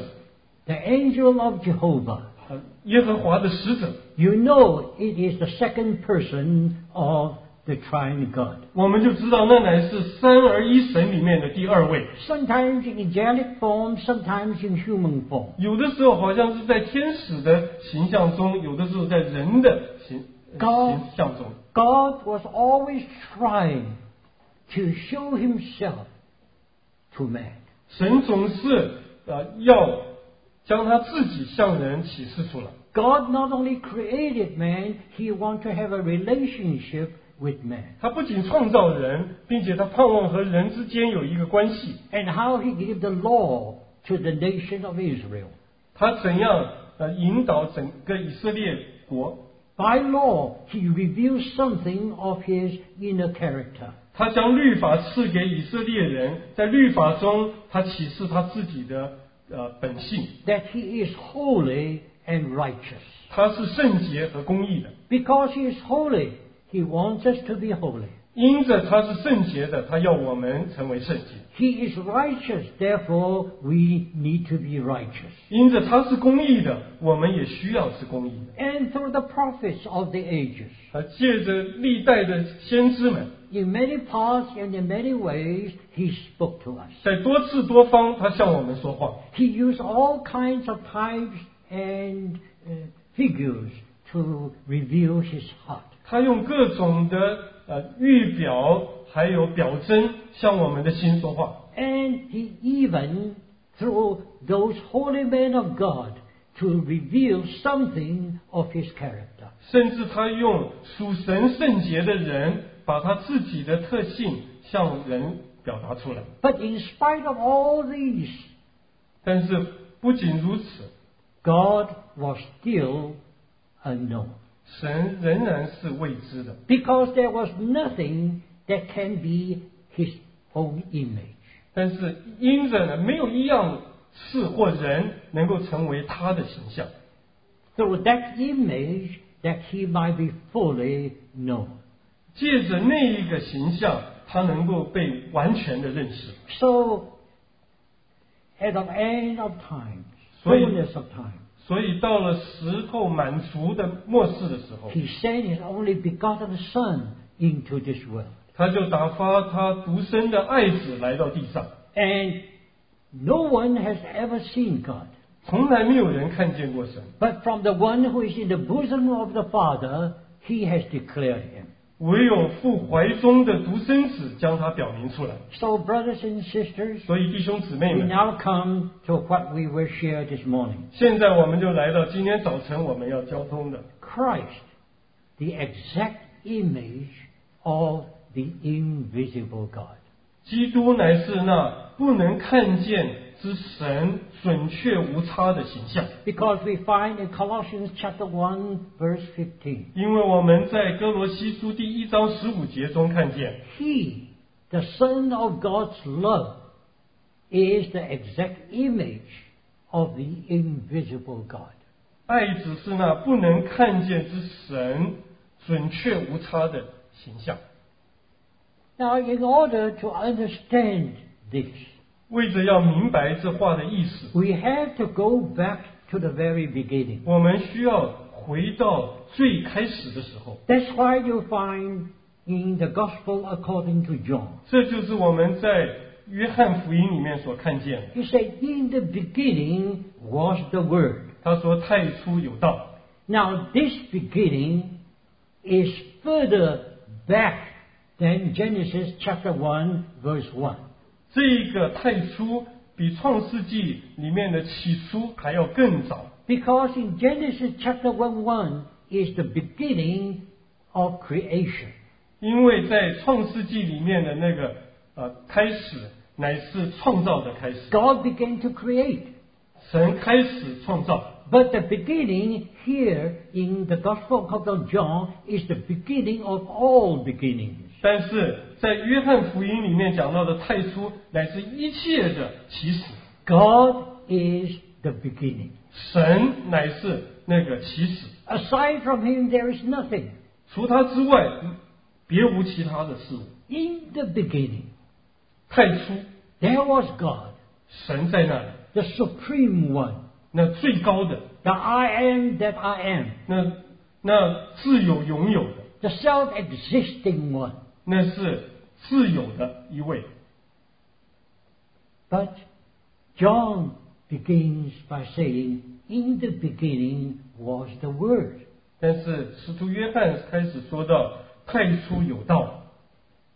Speaker 1: the angel of Jehovah,
Speaker 2: 呃，耶和华的使者，
Speaker 1: you know it is the second person of the Triune God.
Speaker 2: 我们就知道那乃是三而一神里面的第二位。
Speaker 1: Sometimes in angelic form, sometimes in human form.
Speaker 2: 有的时候好像是在天使的形象中，有的时候在人的形呃
Speaker 1: 高
Speaker 2: 形象中。
Speaker 1: God was always trying to show himself to man.
Speaker 2: 神总是呃要将他自己向人启示出来。
Speaker 1: God not only created man, he wants to have a relationship with man.
Speaker 2: 他不仅创造人，并且他盼望和人之间有一个关系。
Speaker 1: And how he gave the law to the nation of Israel.
Speaker 2: 他怎样呃引导整个以色列国？
Speaker 1: By law, he reveals something of his inner character.
Speaker 2: 他将律法赐给以色列人，在律法中，他启示他自己的呃本性，
Speaker 1: that he is holy and righteous.
Speaker 2: 他是圣洁和公义的，
Speaker 1: Because He is holy, He wants us to be holy.
Speaker 2: 因着他是圣洁的，他要我们成为圣洁；
Speaker 1: He is righteous, therefore we need to be righteous.
Speaker 2: 因着他是公义的，我们也需要是公义的。
Speaker 1: And through the prophets of the ages,
Speaker 2: 而借着历代的先知们，
Speaker 1: in many parts and in many ways, He spoke to us.
Speaker 2: 在多次多方，他向我们说话，
Speaker 1: He used all kinds of types and uh, figures to reveal His heart.
Speaker 2: 他用各种的呃预表还有表征向我们的心说话。
Speaker 1: And he even, through those holy men of God, to reveal something of his character.
Speaker 2: 甚至他用属神圣洁的人，把他自己的特性向人表达出来。
Speaker 1: But in spite of all these,
Speaker 2: 但是不仅如此，
Speaker 1: God was still unknown.
Speaker 2: 神仍然是未知的，
Speaker 1: Because there was nothing that can be his own image.
Speaker 2: 但是因着呢，没有一样事或人能够成为他的形象，
Speaker 1: Through that image, that he might be fully known.
Speaker 2: 借着那一个形象，他能够被完全的认识。
Speaker 1: So, at the end of time,
Speaker 2: 所以-
Speaker 1: fullness of time,
Speaker 2: 所以到了石头满足的末世的时候，
Speaker 1: He sent His only begotten Son into this world.
Speaker 2: 他就打发他独生的爱子来到地上，
Speaker 1: And no one has ever seen God.
Speaker 2: 从来没有人看见过神。
Speaker 1: But from the one who is in the bosom of the Father, He has declared Him.
Speaker 2: 唯有父怀中的独生子将他表明出来。
Speaker 1: So, brothers and sisters,
Speaker 2: 所以弟兄姊妹
Speaker 1: we
Speaker 2: 们，
Speaker 1: now come to what we were shared this morning.
Speaker 2: 现在我们就来到今天早晨我们要交通的
Speaker 1: Christ, the exact image of the invisible God.
Speaker 2: 基督乃是那不能看见之神准确无差的形象。
Speaker 1: Because we find in Colossians chapter 1, verse 15.
Speaker 2: 因为我们在哥罗西书第一章十五节中看见，
Speaker 1: He, the Son of God's love, is the exact image of the invisible God.
Speaker 2: 爱子是那不能看见之神准确无差的形象。
Speaker 1: Now, in order to understand this,
Speaker 2: 为着要明白这话的意思，
Speaker 1: we have to go back to the very beginning.
Speaker 2: 我们需要回到最开始的时候。
Speaker 1: That's why you find in the Gospel according to John,
Speaker 2: 这就是我们在约翰福音里面所看见的。
Speaker 1: he said, In the beginning was the Word.
Speaker 2: 他说：“太初有道。
Speaker 1: Now, this beginning is further back than Genesis chapter 1, verse 1. ”
Speaker 2: 这一个太初比创世纪里面的起初还要更早，
Speaker 1: Because in Genesis chapter 1 1 is the beginning of creation.
Speaker 2: 因为在创世纪里面的那个呃开始乃是创造的开始，
Speaker 1: God began to create.
Speaker 2: 神开始创造。
Speaker 1: But the beginning here in the Gospel of John is the beginning of all beginnings.
Speaker 2: 但是在约翰福音里面讲到的太初乃是一切的起始，
Speaker 1: God is the beginning.
Speaker 2: 神乃是那个起始，
Speaker 1: Aside from Him, there is nothing.
Speaker 2: 除他之外别无其他的事物。
Speaker 1: In the beginning,
Speaker 2: 太初
Speaker 1: there was God,
Speaker 2: 神在那里，
Speaker 1: the Supreme One,
Speaker 2: 那最高的，
Speaker 1: the I am that I am,
Speaker 2: 那那自有拥有的，
Speaker 1: the self existing One.
Speaker 2: 那是自有的一位。
Speaker 1: But John begins by saying, In the beginning was the Word.
Speaker 2: 但是使徒约翰开始说到太初有道，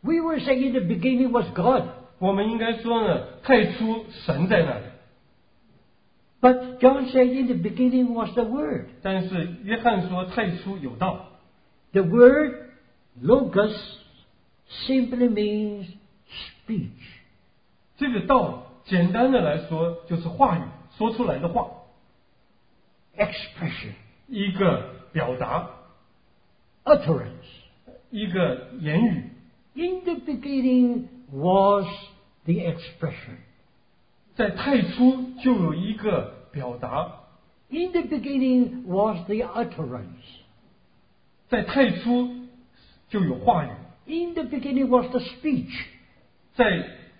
Speaker 1: We were saying in the beginning was God.
Speaker 2: 我们应该说呢，太初神在那里。
Speaker 1: But John said, In the beginning was the Word.
Speaker 2: 但是约翰说太初有道，
Speaker 1: The word logos simply means speech.
Speaker 2: 这个道简单的来说就是话语，说出来的话，
Speaker 1: Expression,
Speaker 2: 一个表达，
Speaker 1: utterance.
Speaker 2: 一个言语。
Speaker 1: In the beginning was the expression.
Speaker 2: 在太初就有一个表达，
Speaker 1: In the beginning was the utterance.
Speaker 2: 在太初就有话语，
Speaker 1: In the beginning was the speech.
Speaker 2: 在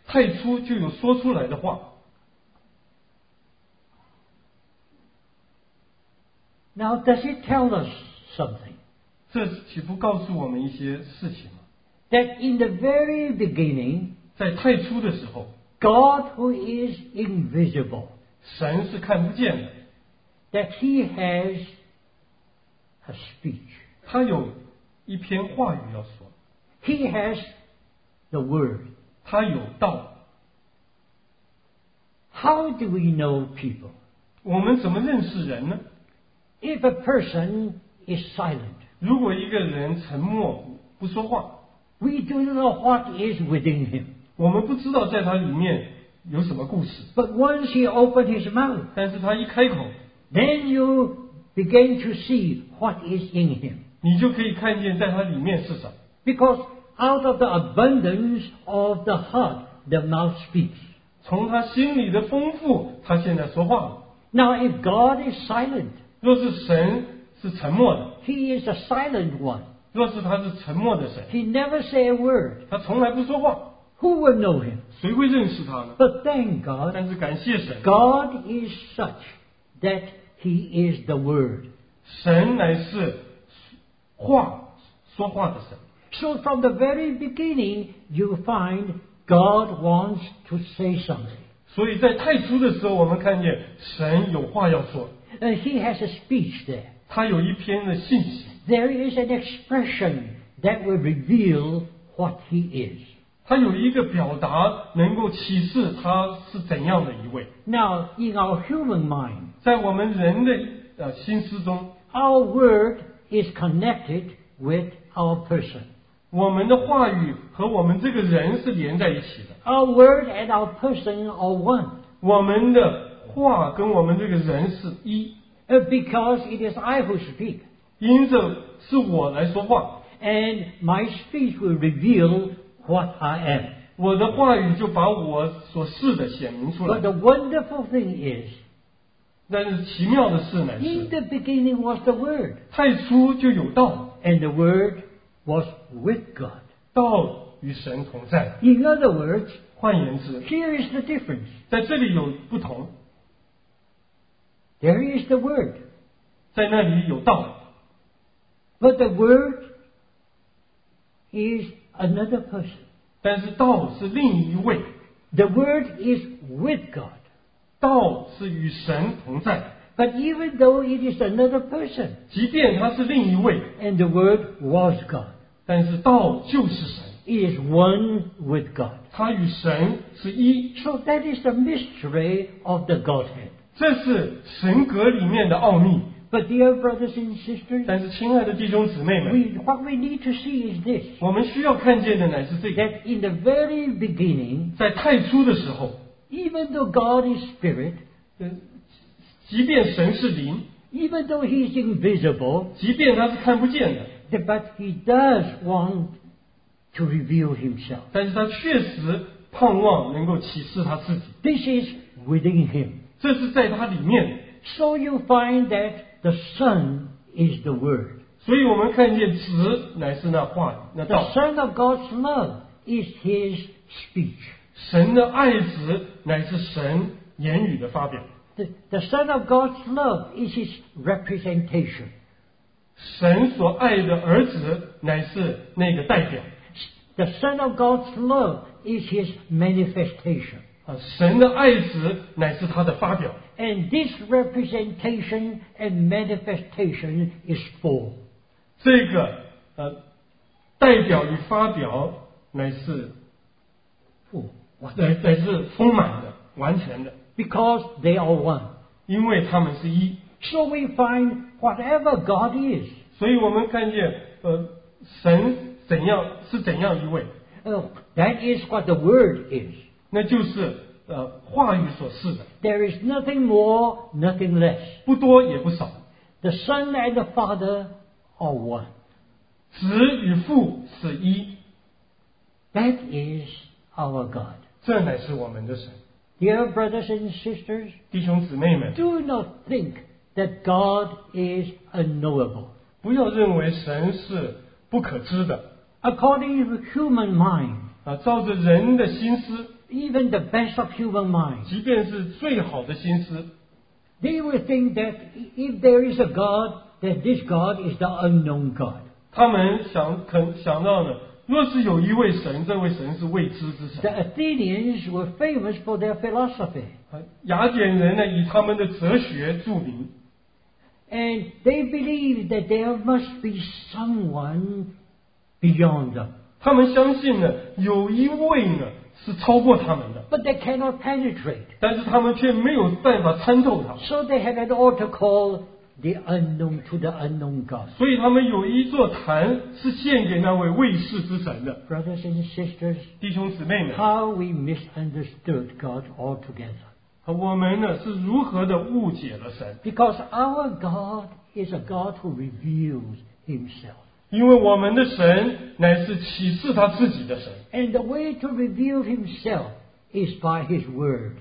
Speaker 2: 太初就有说出来的话。
Speaker 1: Now, does it tell us something?
Speaker 2: 这岂不告诉我们一些事情吗？
Speaker 1: That in the very beginning,
Speaker 2: 在太初的时候，
Speaker 1: God, who is invisible,
Speaker 2: 神是看不见的，
Speaker 1: that He has a speech.
Speaker 2: 他有一篇话语要说，
Speaker 1: He has the Word.
Speaker 2: 他有道。
Speaker 1: How do we know people?
Speaker 2: 我们怎么认识人呢？
Speaker 1: If a person is silent,
Speaker 2: 如果一个人沉默不说话，
Speaker 1: we do not know what is within him.
Speaker 2: 我们不知道在他里面有什么故事，
Speaker 1: But once he opened his mouth,
Speaker 2: 但是他一开口，
Speaker 1: then you begin to see what is in him.
Speaker 2: 你就可以看见在他里面是啥。
Speaker 1: Because out of the abundance of the heart, the mouth speaks.
Speaker 2: 从他心里的丰富，他现在说话了。
Speaker 1: Now, if God is silent,
Speaker 2: 若是神是沉默的，
Speaker 1: He is a silent one.
Speaker 2: 若是他是沉默的神，
Speaker 1: He never say a word.
Speaker 2: 他从来不说话，
Speaker 1: Who will know Him?
Speaker 2: 谁会认识他呢？
Speaker 1: But thank God,
Speaker 2: 但是感谢神，
Speaker 1: God is such that He is the Word.
Speaker 2: 神乃是话说话的神。
Speaker 1: So from the very beginning, you find God wants to say something.
Speaker 2: 所以在太初的时候，我们看见神有话要说，
Speaker 1: And Uh, He has a speech there.
Speaker 2: 他有一篇的信息，
Speaker 1: There is an expression that will reveal what He is.
Speaker 2: 他有一个表达能够启示他是怎样的一位。
Speaker 1: Now, in our human mind,
Speaker 2: 在我们人的呃心思中，
Speaker 1: our word is connected with our person.
Speaker 2: 我们的话语和我们这个人是连在一起的，
Speaker 1: Our word and our person are one
Speaker 2: 我们的话跟我们这个人是一，
Speaker 1: uh, because it is I who speak,
Speaker 2: 因着是我来说话，
Speaker 1: and my speech will reveal what I am.
Speaker 2: 我的话语就把我所是的显明出
Speaker 1: But
Speaker 2: 来。
Speaker 1: the wonderful thing is,
Speaker 2: 但是奇妙的事乃
Speaker 1: in
Speaker 2: 是，
Speaker 1: the beginning was the Word,
Speaker 2: 太初就有道，
Speaker 1: and the Word was with God.
Speaker 2: 道与神同在。
Speaker 1: In other words,
Speaker 2: 换言之，
Speaker 1: here is the difference.
Speaker 2: 在这里有不同，
Speaker 1: There is the Word,
Speaker 2: 在那里有道，
Speaker 1: but the Word is another person.
Speaker 2: 但是道是另一位，
Speaker 1: The Word is with God.
Speaker 2: 道是与神同在，
Speaker 1: But even though it is another person,
Speaker 2: 即便他是另一位，
Speaker 1: and the Word was God,
Speaker 2: 但是道就是神，
Speaker 1: it is one with God.
Speaker 2: 他与神是一，
Speaker 1: So that is the mystery of the Godhead.
Speaker 2: 这是神格里面的奥秘。
Speaker 1: But dear brothers and sisters,
Speaker 2: 但是，亲爱的弟兄姊妹们，
Speaker 1: we, what we need to see is this
Speaker 2: 我们需要看见的乃是这个：
Speaker 1: that in the very beginning,
Speaker 2: 在太初的时候，
Speaker 1: even though God is spirit,
Speaker 2: 呃即便神是灵，
Speaker 1: even though He is invisible,
Speaker 2: 即便他是看不见的，
Speaker 1: th- but He does want to reveal Himself.
Speaker 2: 但是他确实盼望能够启示他自己，
Speaker 1: This is within Him.
Speaker 2: 这是在他里面。
Speaker 1: So you find that the Son is the Word.
Speaker 2: 所以我们看见子乃是那话，那道
Speaker 1: The。Son of God's love is His speech.
Speaker 2: 神的爱子乃是神言语的发表，
Speaker 1: The, the Son of God's love is His representation.
Speaker 2: 神所爱的儿子乃是那个代表
Speaker 1: The Son of God's love is His manifestation.
Speaker 2: 啊，神的爱子乃是他的发表，
Speaker 1: And this representation and manifestation is form.
Speaker 2: 这个呃代表与发表乃是
Speaker 1: Form. What?
Speaker 2: 乃乃是丰满的、完全的，
Speaker 1: Because they are one.
Speaker 2: 因为他们是一，
Speaker 1: So we find whatever God is,
Speaker 2: 所以我们看见呃神怎样是怎样一位，
Speaker 1: uh, that is what the Word is.
Speaker 2: 那就是呃话语所示的，
Speaker 1: There is nothing more, nothing less.
Speaker 2: 不多也不少，
Speaker 1: The Son and the Father are one.
Speaker 2: 子与父是一。
Speaker 1: That is our God.
Speaker 2: 这乃是我们的神。
Speaker 1: Dear brothers and sisters,
Speaker 2: 弟兄姊妹们，
Speaker 1: do not think that God is unknowable.
Speaker 2: 不要认为神是不可知的
Speaker 1: According to the human mind,
Speaker 2: 啊，照着人的心思，
Speaker 1: even the best of human minds,
Speaker 2: 即便是最好的心思，
Speaker 1: they will think that if there is a God, that this God is the unknown God.
Speaker 2: 他们想肯想到呢，若是有一位神，这位神是未知之神。
Speaker 1: The Athenians were famous for their philosophy,
Speaker 2: 啊雅典人呢，以他们的哲学著名，
Speaker 1: and they believed that there must be someone beyond them.
Speaker 2: 他们相信呢，有一位呢是超过他们的，
Speaker 1: But they cannot penetrate.
Speaker 2: 但是他们却没有办法参透他，
Speaker 1: So they had an altar called the unknown to the unknown God.
Speaker 2: 所以他们有一座坛是献给那位卫士之神的。
Speaker 1: Brothers and sisters,
Speaker 2: 弟兄姊妹们，
Speaker 1: how we misunderstood God altogether.
Speaker 2: 我们呢是如何的误解了神？
Speaker 1: Because our God is a God who reveals himself.
Speaker 2: 因为我们的神乃是启示他自己的神，
Speaker 1: And the way to reveal himself is by his word.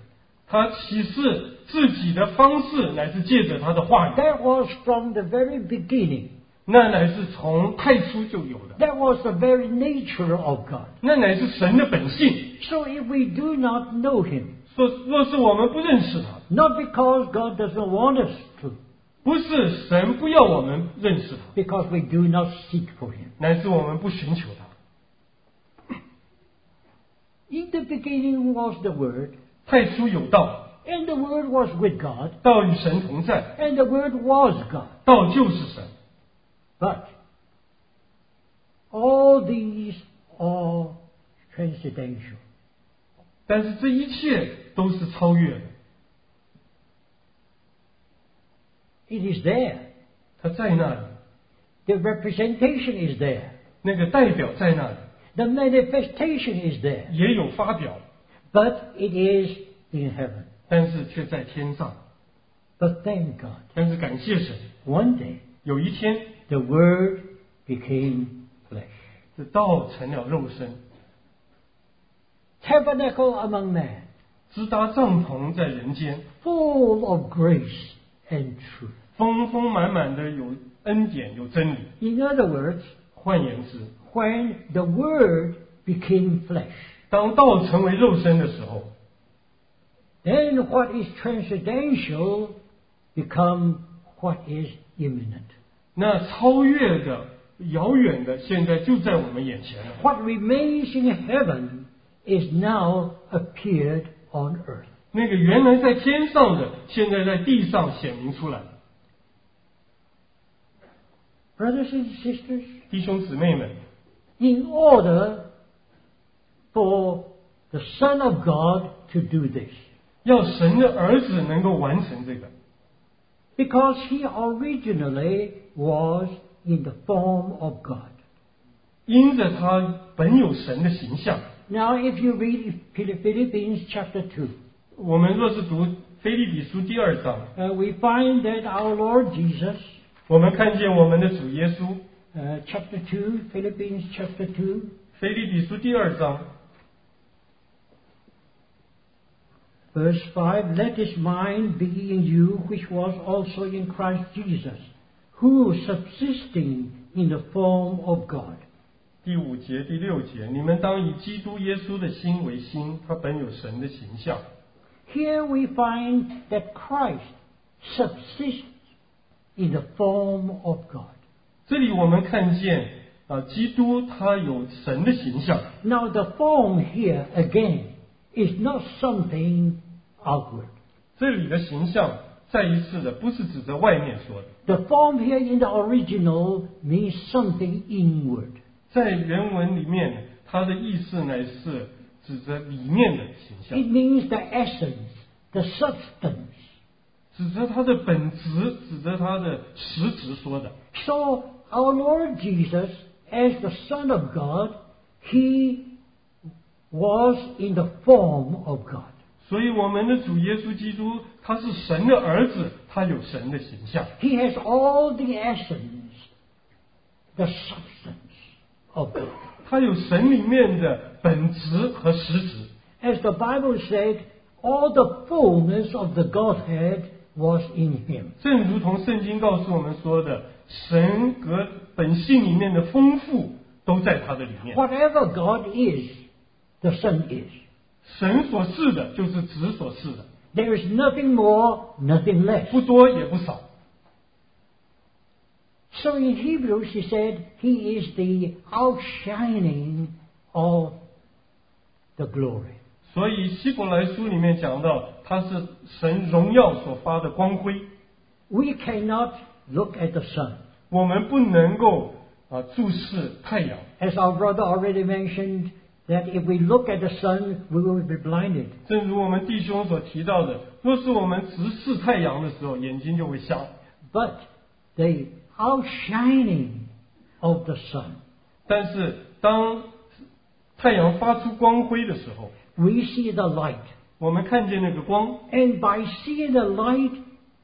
Speaker 2: 他启示自己的方式乃是借着他的话语，
Speaker 1: That was from the very beginning.
Speaker 2: 那乃是从太初就有的，
Speaker 1: That was the very nature of God.
Speaker 2: 那乃是神的本性。
Speaker 1: So if we do not know him,
Speaker 2: 若若是我们不认识他，
Speaker 1: not because God doesn't want us to,
Speaker 2: 不是神不要我们认识他，
Speaker 1: because we do not seek for him.
Speaker 2: 乃是我们不寻求他。
Speaker 1: In the beginning was the Word,
Speaker 2: 太初有道，
Speaker 1: and the Word was with God,
Speaker 2: 道与神同在，
Speaker 1: and the Word was God.
Speaker 2: 道就是神。
Speaker 1: But all these are coincidental.
Speaker 2: 但是这一切都是超越的，
Speaker 1: It is there.
Speaker 2: 他在那里，
Speaker 1: The representation is there.
Speaker 2: 那个代表在那里，
Speaker 1: The manifestation is there.
Speaker 2: 也有发表，
Speaker 1: But it is in heaven.
Speaker 2: 但是却在天上。
Speaker 1: But thank God,
Speaker 2: 但是感谢神，
Speaker 1: one day
Speaker 2: 有一天
Speaker 1: the Word became flesh.
Speaker 2: 这道成了肉身，
Speaker 1: Tabernacle among men,
Speaker 2: 支搭帐篷在人间，
Speaker 1: full of grace and truth.
Speaker 2: 丰丰满满的有恩典有真理。
Speaker 1: In other words,
Speaker 2: 换言之，
Speaker 1: when the Word became flesh,
Speaker 2: 当道成为肉身的时候，
Speaker 1: then what is transcendental become what is imminent.
Speaker 2: 那超越的、遥远的，现在就在我们眼前了。
Speaker 1: What remains in heaven is now appeared on earth.
Speaker 2: 那个原来在天上的，现在在地上显明出来。
Speaker 1: Brothers and sisters,
Speaker 2: 弟兄姊妹们，
Speaker 1: in order for the Son of God to do this,
Speaker 2: 要神的儿子能够完成这个，
Speaker 1: because he originally was in the form of God.
Speaker 2: 因着他本有神的形象。
Speaker 1: Now, if you read Philippians chapter 2,
Speaker 2: 我们若是读腓立比书第二章，
Speaker 1: Uh, we find that our Lord Jesus,
Speaker 2: 我们看见我们的主耶稣，
Speaker 1: uh, chapter 2, Philippians chapter 2,
Speaker 2: 腓立比书第二章
Speaker 1: verse 5, let this mind be in you which was also in Christ Jesus, who subsisting in the form of God.
Speaker 2: 第五节、第六节，你们当以基督耶稣的心为心，他本有神的形象。
Speaker 1: Here we find that Christ subsists in the form of God.
Speaker 2: 这里我们看见啊，基督他有神的形象，
Speaker 1: Now the form here again is not something outward.
Speaker 2: 这里的形象再一次的不是指着外面说的，
Speaker 1: The form here in the original means something inward.
Speaker 2: 在原文里面，它的意思呢是指着里面的形象
Speaker 1: It，means the essence, the substance.
Speaker 2: 指着它的本质，指着它的实质说的。
Speaker 1: So our Lord Jesus, as the Son of God, he was in the form of God.
Speaker 2: 所以我们的主耶稣基督，他是神的儿子，他有神的形象，
Speaker 1: He has all the essence, the substance of God.
Speaker 2: 他有神里面的本质和实质。
Speaker 1: As the Bible said, all the fullness of the Godhead was in him.
Speaker 2: 正如同圣经告诉我们说的，神格本性里面的丰富都在他的里面。
Speaker 1: Whatever God is, the Son is.
Speaker 2: 神所示的，就是子所示的，
Speaker 1: There is nothing more, nothing less.
Speaker 2: 不多也不少。
Speaker 1: So in Hebrews, he said, He is the outshining of the glory.
Speaker 2: 所以希伯来书里面讲到，他是神荣耀所发的光辉。
Speaker 1: We cannot look at the sun.
Speaker 2: 我们不能够啊注视太阳，
Speaker 1: As our brother already mentioned, that if we look at the sun, we will be blinded.
Speaker 2: 正如我们弟兄所提到的，若是我们直视太阳的时候，眼睛就会瞎。
Speaker 1: But the outshining of the sun,
Speaker 2: 但是当太阳发出光辉的时候，
Speaker 1: we see the light.
Speaker 2: 我们看见那个光，
Speaker 1: And by seeing the light,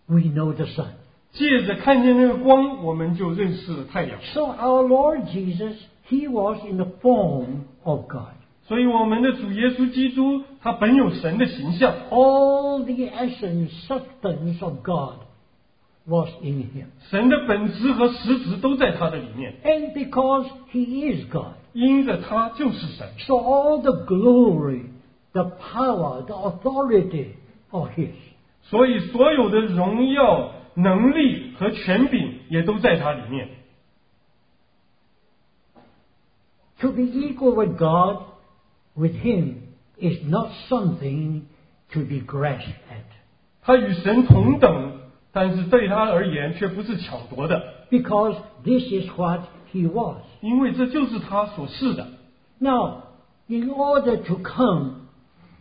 Speaker 1: we know the sun.
Speaker 2: 借着看见那个光，我们就认识了太阳。
Speaker 1: So our Lord Jesus, he was in the form of God.
Speaker 2: 所以我们的主耶稣基督，他本有神的形象，
Speaker 1: All the essence, substance of God was in him.
Speaker 2: 神的本质和实质都在他的里面。
Speaker 1: And because he is God,
Speaker 2: 因着他就是神，
Speaker 1: so all the glory, the power, the authority are his.
Speaker 2: 所以所有的荣耀、能力和权柄也都在他里面。
Speaker 1: To be equal with God, with him, is not something to be grasped at.
Speaker 2: 他与神同等，但是对他而言却不是抢夺的，
Speaker 1: Because this is what he was.
Speaker 2: 因为这就是他所是的。
Speaker 1: Now, in order to come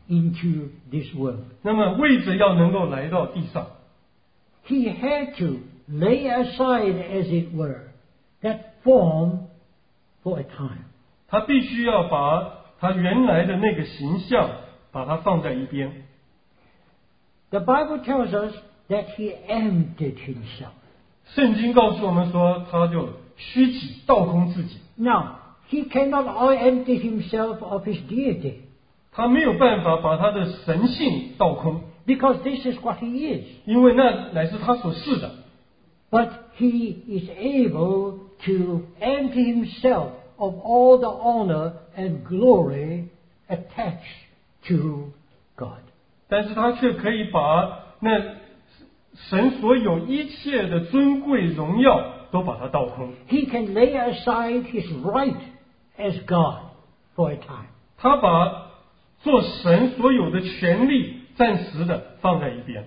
Speaker 1: into this world,
Speaker 2: 那么为着要能够来到地上，
Speaker 1: he had to lay aside, as it were, that form for a time.
Speaker 2: 他必须要把他原来的那个形象把它放在一边。
Speaker 1: The Bible tells us that he emptied himself.
Speaker 2: 圣经告诉我们说，他就虚己倒空自己，
Speaker 1: Now, he cannot all empty himself of his deity
Speaker 2: 他没有办法把他的神性倒空，
Speaker 1: because this is what he is.
Speaker 2: 因为那乃是他所是的。
Speaker 1: But he is able to empty himself of all the honor and glory attached to God.
Speaker 2: 但是他却可以把那神所有一切的尊贵荣耀都把它倒空，
Speaker 1: He can lay aside his right as God for a time.
Speaker 2: 他把做神所有的权利暂时的放在一边，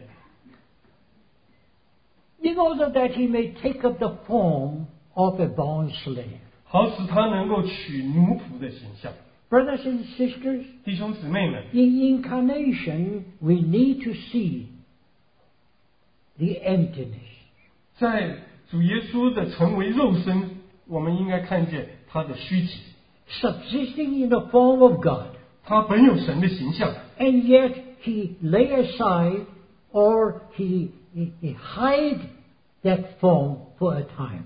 Speaker 1: In order that he may take up the form of a bond slave.
Speaker 2: 好使他能够取奴仆的形象。
Speaker 1: Brothers and sisters,
Speaker 2: 弟兄姊妹们，
Speaker 1: in incarnation we need to see the emptiness.
Speaker 2: 在主耶稣的成为肉身，我们应该看见他的虚己，
Speaker 1: Subsisting in the form of God,
Speaker 2: 他本有神的形象，
Speaker 1: and yet he lay aside or he, he, he hide that form for a time.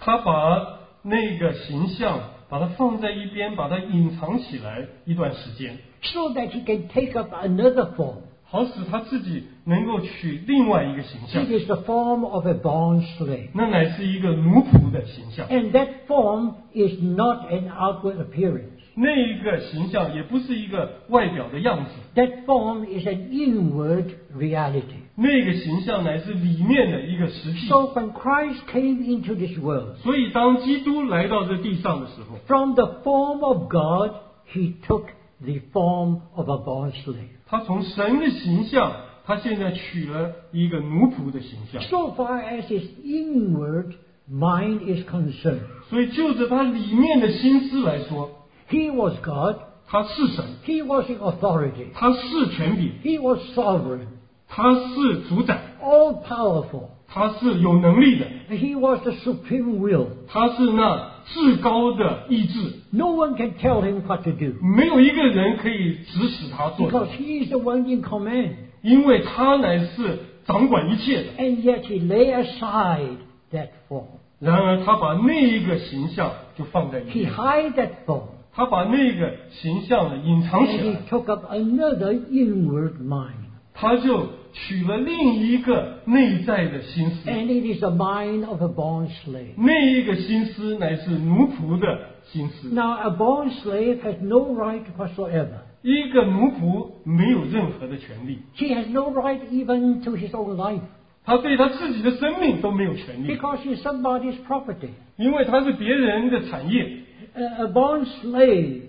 Speaker 2: 他把那个形象把它放在一边，把它隐藏起来一段时间。
Speaker 1: so that he can take up another form.
Speaker 2: 好使他自己能够取另外一个形象
Speaker 1: It，is the form of a bond slave.
Speaker 2: 那乃是一个奴仆的形象。
Speaker 1: And that form is not an outward appearance.
Speaker 2: 那一个形象也不是一个外表的样子，
Speaker 1: That form is an inward reality.
Speaker 2: 那个形象乃是里面的一个实际。
Speaker 1: So when Christ came into this world,
Speaker 2: 所以，当基督来到这地上的时候，
Speaker 1: from the form of God, he took the form of a bond slave.
Speaker 2: 他从神的形象，他现在取了一个奴仆的形象。
Speaker 1: So far as his inward mind is concerned,
Speaker 2: 所以，就着他里面的心思来说，
Speaker 1: he was God,
Speaker 2: 他是神，
Speaker 1: he was in authority,
Speaker 2: 他是权柄，
Speaker 1: he was sovereign,
Speaker 2: 他是主宰，
Speaker 1: all powerful.
Speaker 2: 他是有能力的，
Speaker 1: He was the supreme will.
Speaker 2: 他是那至高的意志。
Speaker 1: No one can tell him what to do
Speaker 2: 没有一个人可以指使他做的
Speaker 1: because，he is the one in command.
Speaker 2: 因为他乃是掌管一切的。
Speaker 1: And yet he lay aside that form.
Speaker 2: 然而，他把那一个形象就放在一
Speaker 1: He
Speaker 2: 边，
Speaker 1: hid that form
Speaker 2: 他把那个形象呢隐藏起
Speaker 1: and
Speaker 2: 来，
Speaker 1: he took up another inward mind.
Speaker 2: 他他就取了另一个内在的心思，
Speaker 1: and it is the mind of a born slave.
Speaker 2: 那一个心思乃是奴仆的心思。
Speaker 1: Now, a born slave has no right whatsoever.
Speaker 2: 一个奴仆没有任何的权利，
Speaker 1: He has no right even to his own life
Speaker 2: 他对他自己的生命都没有权利，
Speaker 1: because he's somebody's property.
Speaker 2: 因为他是别人的产业。
Speaker 1: A a born slave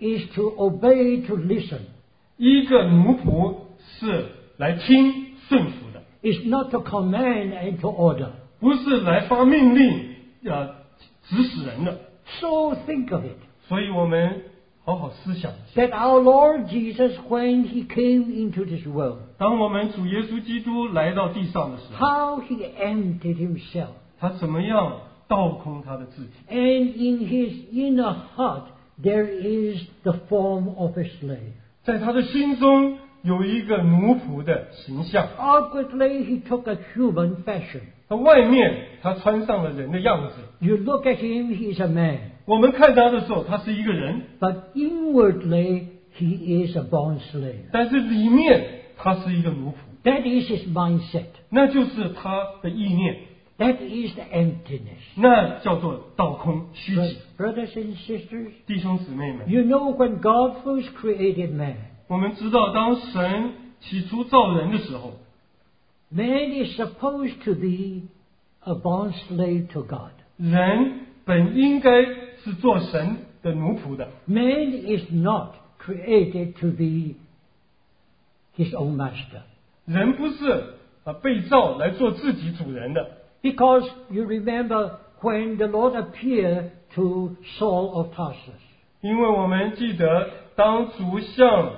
Speaker 1: is to obey, to listen.
Speaker 2: 一个奴仆是来听顺服的，
Speaker 1: It's not to command and to order.
Speaker 2: 不是来发命令呃指使人的。
Speaker 1: So think of it.
Speaker 2: 所以我们好好思想一下。
Speaker 1: That our Lord Jesus, when he came into this world,
Speaker 2: 当我们主耶稣基督来到地上的时候，
Speaker 1: how he emptied himself.
Speaker 2: 他怎么样倒空他的自己？
Speaker 1: And in his inner heart, there is the form of a slave.
Speaker 2: 在他的心中有一个奴仆的形象，
Speaker 1: Outwardly, he took a human fashion.
Speaker 2: 他外面他穿上了人的样子。
Speaker 1: You look at him, he is a man.
Speaker 2: 我们看他的时候，他是一个人，
Speaker 1: But inwardly, he is a born slave.
Speaker 2: 但是里面他是一个奴仆，
Speaker 1: That is his mindset.
Speaker 2: 那就是他的意念，
Speaker 1: That is the emptiness.
Speaker 2: 那叫做倒空虚
Speaker 1: Bro-
Speaker 2: 己。
Speaker 1: Brothers and sisters,
Speaker 2: 弟兄姊妹们，
Speaker 1: you know when God first created man,
Speaker 2: 我们知道，当神起初造人的时候，
Speaker 1: man is supposed to be a born slave to God.
Speaker 2: 人本应该是做神的奴仆的，
Speaker 1: Man is not created to be his own master.
Speaker 2: 人不是啊被造来做自己主人的。
Speaker 1: Because you remember when the Lord appeared to Saul of Tarsus,
Speaker 2: 因为我们记得，当主向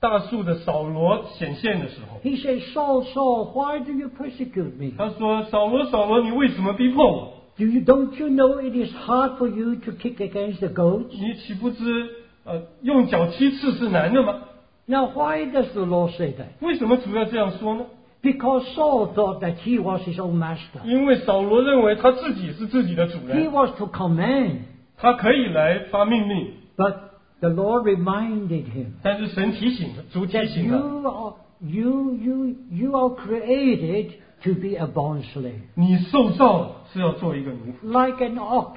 Speaker 2: 大树的扫罗显现的时候，
Speaker 1: he said, Saul, Saul, why do you persecute me?
Speaker 2: 他说：“扫罗，扫罗，你为什么逼迫我？
Speaker 1: Do you, don't you know it is hard for you to kick against the goats?
Speaker 2: 你岂不知呃用脚踢刺是难的吗？
Speaker 1: Now, why does the Lord say that?
Speaker 2: 为什么主要这样说呢？
Speaker 1: Because Saul thought that he was his own master.
Speaker 2: 因为扫罗认为他自己是自己的主
Speaker 1: He
Speaker 2: 人，
Speaker 1: was to command,
Speaker 2: 他可以来发命令，
Speaker 1: but the Lord reminded him
Speaker 2: 但是神提醒他，主提
Speaker 1: that
Speaker 2: 醒他，
Speaker 1: you are, you, you, you are created to be a bond slave,
Speaker 2: 你受造是要做一个奴仆，
Speaker 1: like an ox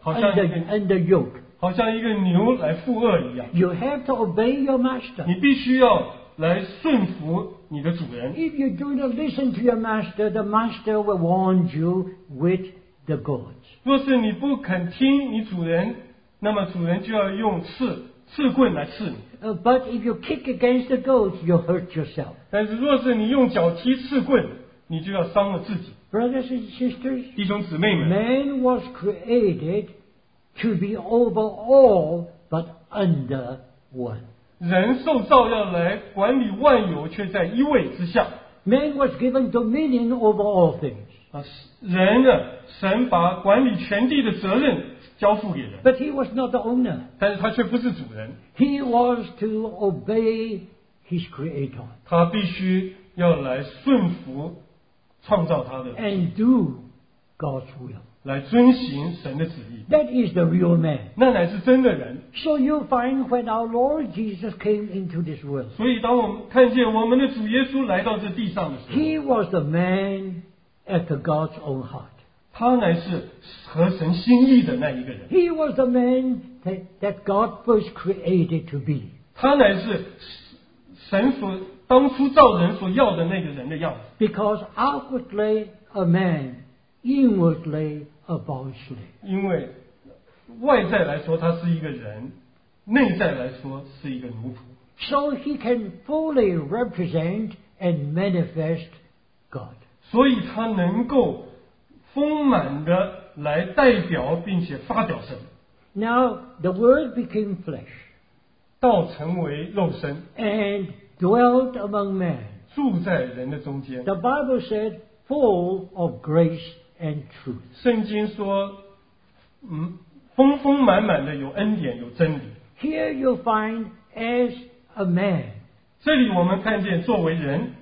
Speaker 2: 好像一
Speaker 1: under,
Speaker 2: 个
Speaker 1: under yoke.
Speaker 2: 好像一个牛来负轭一样，
Speaker 1: You have to obey your master.
Speaker 2: 你必须要来顺服你的主人。”
Speaker 1: If you do not listen to your master, the master will warn you with the gods.
Speaker 2: 若是你不肯听你主人，那么主人就要用刺刺棍来刺你。
Speaker 1: Uh, but if you kick against the goats, you hurt yourself.
Speaker 2: 但是若是你用脚踢刺棍，你就要伤了自己。
Speaker 1: Brothers and sisters,
Speaker 2: 弟兄姊妹们，
Speaker 1: Man was created to be over all but under one.
Speaker 2: 人受造要来管理万有，却在一位之下。
Speaker 1: Man was given dominion over all things,
Speaker 2: 啊，人呢，神把管理全地的责任交付给人，
Speaker 1: but he was not the owner.
Speaker 2: 但是他却不是主人，
Speaker 1: He was to obey his creator
Speaker 2: 他必须要来顺服创造他的，
Speaker 1: and do God's will.
Speaker 2: 来遵行神的旨意。
Speaker 1: That is the real man.
Speaker 2: 那乃是真的人，
Speaker 1: So you find when our Lord Jesus came into this world,
Speaker 2: 所以，当我们看见我们的主耶稣来到这地上的时候，
Speaker 1: he was the man after God's own heart.
Speaker 2: 他乃是合神心意的那一个人，
Speaker 1: He was the man that, that God first created to be.
Speaker 2: 他乃是神所当初造人所要的那个人的样子。
Speaker 1: Because outwardly a man, inwardly a bond slave.
Speaker 2: 因为外在来说他是一个人，内在来说是一个奴仆，
Speaker 1: So he can fully represent and manifest God.
Speaker 2: 所以他能够丰满的来代表并且发表神，
Speaker 1: Now the Word became flesh
Speaker 2: 道成为肉身，
Speaker 1: and dwelt among men.
Speaker 2: 住在人的中间。
Speaker 1: The Bible said, full of grace and truth.
Speaker 2: 圣经说，嗯，丰丰满满的有恩典，有真理。
Speaker 1: Here you find as a man,
Speaker 2: 这里我们看见，作为人，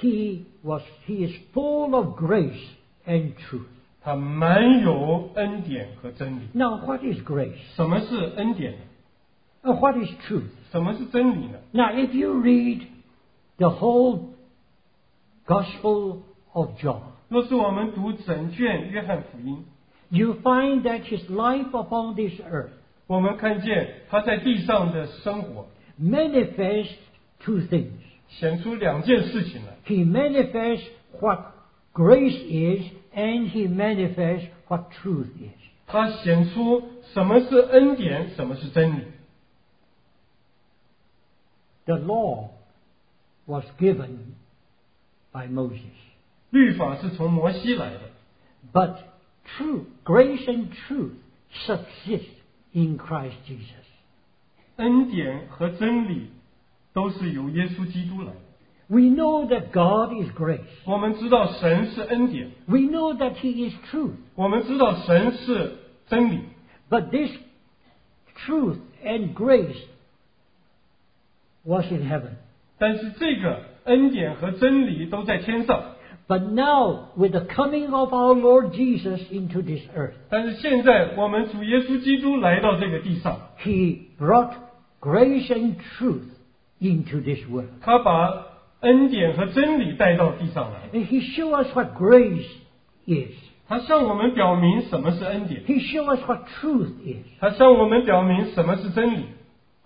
Speaker 1: he was he is full of grace and truth.
Speaker 2: 他满有恩典和真理。
Speaker 1: Now what is grace?
Speaker 2: 什么是恩典呢？
Speaker 1: of what is true.
Speaker 2: 什么是真理呢？
Speaker 1: Now, if you read the whole Gospel of John,
Speaker 2: 若是我们读整卷约翰福音，
Speaker 1: you find that his life upon this earth
Speaker 2: 我们看见他在地上的生活，
Speaker 1: manifests two things.
Speaker 2: 显出两件事情来。
Speaker 1: He manifests what grace is, and he manifests what truth is.
Speaker 2: 他显出什么是恩典，什么是真理。
Speaker 1: The law was given by Moses,
Speaker 2: 律法是从摩西来的，
Speaker 1: but true grace and truth subsist in Christ Jesus.
Speaker 2: 恩典和真理都是由耶稣基督来的。
Speaker 1: We know that God is grace.
Speaker 2: 我们知道神是恩典，
Speaker 1: We know that He is truth.
Speaker 2: 我们知道神是真理，
Speaker 1: But this truth and grace was in heaven.
Speaker 2: 但是这个恩典和真理都在天上。
Speaker 1: But now, with the coming of our Lord Jesus into this earth,
Speaker 2: 但是现在我们主耶稣基督来到这个地上，
Speaker 1: He brought grace and truth into this world.
Speaker 2: 他把恩典和真理带到地上来，
Speaker 1: And He showed us what grace is.
Speaker 2: 他向我们表明什么是恩典，
Speaker 1: He showed us what truth is.
Speaker 2: 他向我们表明什么是真理。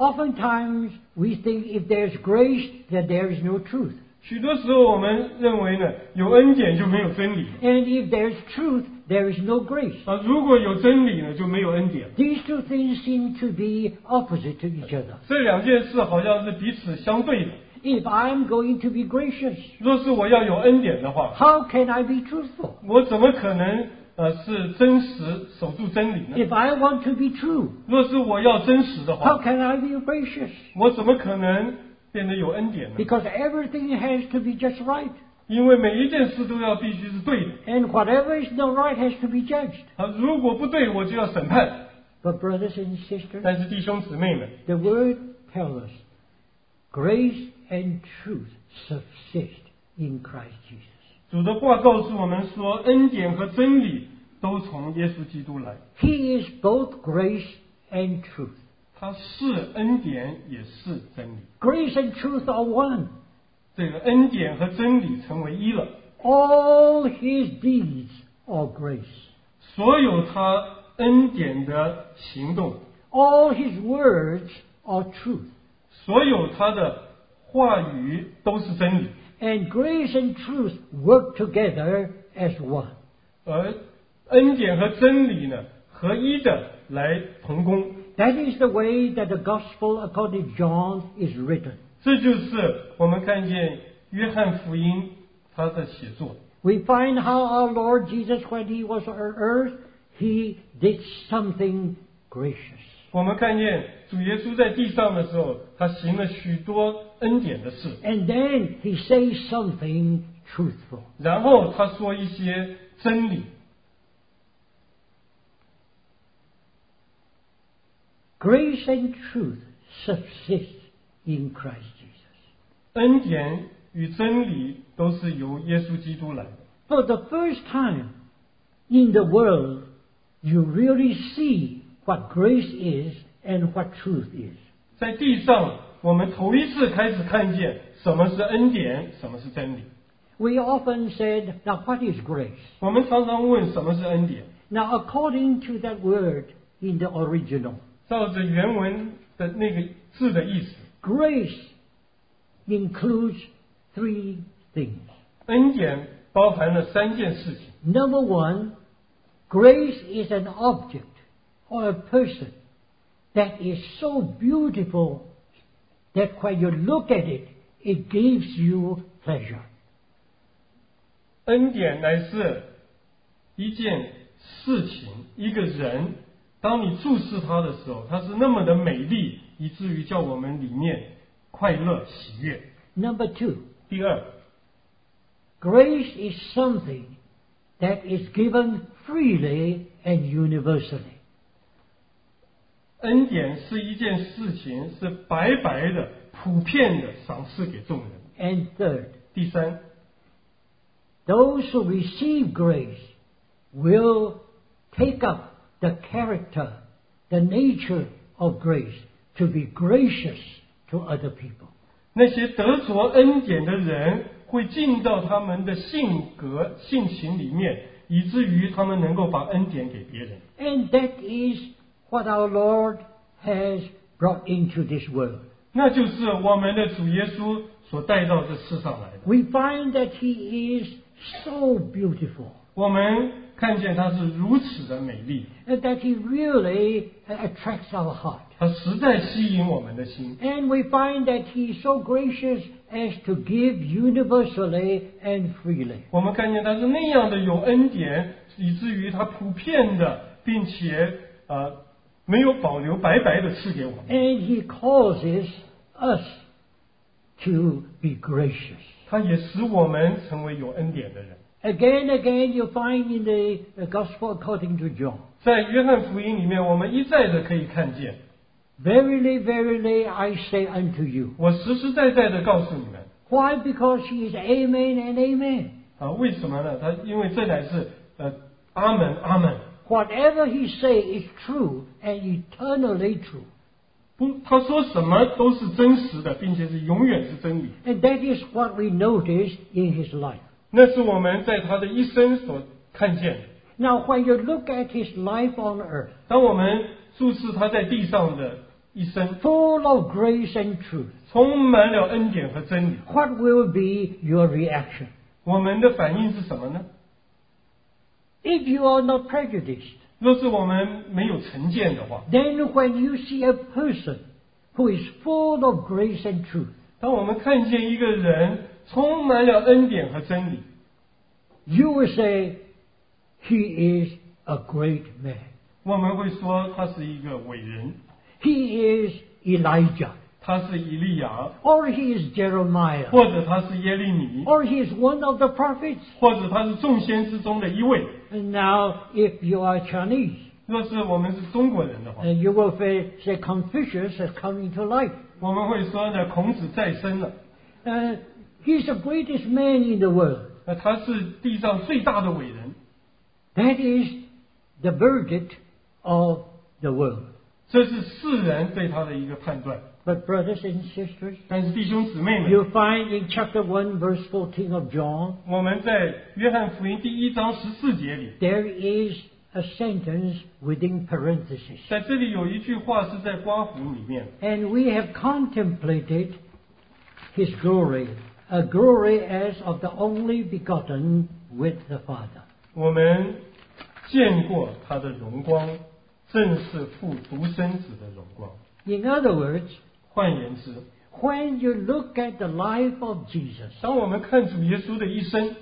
Speaker 1: Oftentimes, we think if there's grace, that there is no truth.
Speaker 2: 许多时候我们认为呢，有恩典就没有真理
Speaker 1: And if there's truth, there is no grace.
Speaker 2: 啊，如果有真理呢，就没有恩典。
Speaker 1: These two things seem to be opposite to each other.
Speaker 2: 这两件事好像是彼此相对的。
Speaker 1: If I'm going to be gracious,
Speaker 2: 若是我要有恩典的话，
Speaker 1: how can I be truthful?
Speaker 2: 我怎么可能呃是真实守住真理呢？
Speaker 1: If I want to be true,
Speaker 2: 若是我要真实的
Speaker 1: how
Speaker 2: 话，
Speaker 1: can I be gracious?
Speaker 2: 我怎么可能变得有恩典呢？
Speaker 1: Because everything has to be just right,
Speaker 2: 因为每一件事都要必须是对的。
Speaker 1: and whatever is not right has to be judged.
Speaker 2: 啊，如果不对，我就要审判。
Speaker 1: But brothers and sisters,
Speaker 2: 但是弟兄姊妹们，
Speaker 1: the word tells us grace and truth subsist in Christ Jesus.
Speaker 2: 主的话告诉我们说，恩典和真理都从耶稣基督来，
Speaker 1: He is both grace and truth.
Speaker 2: 他是恩典，也是真理。
Speaker 1: Grace and truth are one.
Speaker 2: 这个恩典和真理成为一了，
Speaker 1: All his deeds are grace.
Speaker 2: 所有他恩典的行动，
Speaker 1: All his words are truth.
Speaker 2: 所有他的话语都是真理，
Speaker 1: And grace and truth work together as one.
Speaker 2: 而恩典和真理呢，合一的来同工。
Speaker 1: That is the way that the gospel according to John is written.
Speaker 2: 这就是我们看见约翰福音他的写作。
Speaker 1: We find how our Lord Jesus, when he was on earth, he did something gracious.
Speaker 2: 我们看见主耶稣在地上的时候，他行了许多恩典的事，
Speaker 1: And then he says something truthful.
Speaker 2: 然后他说一些真理。
Speaker 1: Grace and truth subsist in Christ Jesus.
Speaker 2: 恩典与真理都是由耶稣基督来的。
Speaker 1: For the first time in the world, you really see what grace is and what truth is.
Speaker 2: 在地上，我们头一次开始看见什么是恩典，什么是真理。
Speaker 1: We often said, now what is grace?
Speaker 2: 我们常常问什么是恩典，
Speaker 1: Now, according to that word in the original,
Speaker 2: 照着原文的那个字的意思，
Speaker 1: grace includes three things.
Speaker 2: 恩典包含了三件事情。
Speaker 1: Number one, grace is an object or a person that is so beautiful that when you look at it, it gives you pleasure.
Speaker 2: 恩典乃是一件事情，一个人，当你注视他的时候，他是那么的美丽，以至于叫我们里面快乐喜悦。
Speaker 1: Number two,
Speaker 2: 第二，
Speaker 1: grace is something that is given freely and universally.
Speaker 2: 恩典是一件事情，是白白的、普遍的赏赐给众人。
Speaker 1: And third,
Speaker 2: 第三，
Speaker 1: those who receive grace will take up the character, the nature of grace to be gracious to other people.
Speaker 2: 那些得着恩典的人会进到他们的性格、性情里面，以至于他们能够把恩典给别人。
Speaker 1: And that is what our Lord has brought into this world.
Speaker 2: 那就是我们的主耶稣所带到这世上来的。
Speaker 1: We find that He is so beautiful
Speaker 2: 我们看见他是如此的美丽，
Speaker 1: and that He really attracts our heart.
Speaker 2: 他实在吸引我们的心。
Speaker 1: And we find that He is so gracious as to give universally and freely.
Speaker 2: 我们看见他是那样的有恩典，以至于他普遍的，并且呃没有保留，白白的赐给我们。
Speaker 1: And He causes us to be gracious.
Speaker 2: 他也使我们成为有恩典的人。
Speaker 1: Again, again, you find in the uh, Gospel according to John.
Speaker 2: 在约翰福音里面，我们一再的可以看见，
Speaker 1: Verily, verily, I say unto you.
Speaker 2: 我实实在在的告诉你们
Speaker 1: Why? Because she is amen and amen.
Speaker 2: 啊，为什么呢？他因为这乃是呃阿门阿门，
Speaker 1: Whatever he say is true and eternally true.
Speaker 2: 不，他说什么都是真实的，并且是永远是真理。
Speaker 1: And that is what we notice in his life.
Speaker 2: 那是我们在他的一生所看见的。
Speaker 1: Now, when you look at his life on earth,
Speaker 2: 当我们注视他在地上的一生，
Speaker 1: full of grace and truth,
Speaker 2: 充满了恩典和真理，
Speaker 1: what will be your reaction?
Speaker 2: 我们的反应是什么呢？
Speaker 1: If you are not prejudiced,
Speaker 2: 若是我们没有成见的话，
Speaker 1: then when you see a person who is full of grace and truth,
Speaker 2: 当我们看见一个人充满了恩典和真理，
Speaker 1: you will say, he is a great man.
Speaker 2: 我们会说他是一个伟人，
Speaker 1: He is Elijah.
Speaker 2: 他是以利亚，
Speaker 1: or he is Jeremiah,
Speaker 2: 或者他是耶利米，
Speaker 1: or he is one of the prophets.
Speaker 2: 或者他是众先知中的一位。
Speaker 1: And now, if you are Chinese,
Speaker 2: 若是我们是中国人的话
Speaker 1: uh,，you will say, say Confucius has come into life.
Speaker 2: 我们会说呢，孔子再生了，
Speaker 1: Uh, he's the greatest man in the world.
Speaker 2: 那他是地上最大的伟人，
Speaker 1: That is the verdict of the world.
Speaker 2: 这是世人对他的一个判断。
Speaker 1: But brothers and sisters,
Speaker 2: 但是弟兄姊妹们，
Speaker 1: you find in chapter 1, verse 14 of John,
Speaker 2: 我们在约翰福音第一章十四节里，
Speaker 1: there is a sentence within parentheses.
Speaker 2: 在这里有一句话是在刮胡里面，
Speaker 1: And we have contemplated his glory, a glory as of the only begotten with the Father.
Speaker 2: 我们见过他的荣光，正是父独生子的荣光。
Speaker 1: In other words,
Speaker 2: 换言之，
Speaker 1: when you look at the life of Jesus
Speaker 2: 当我们看主耶稣的一生，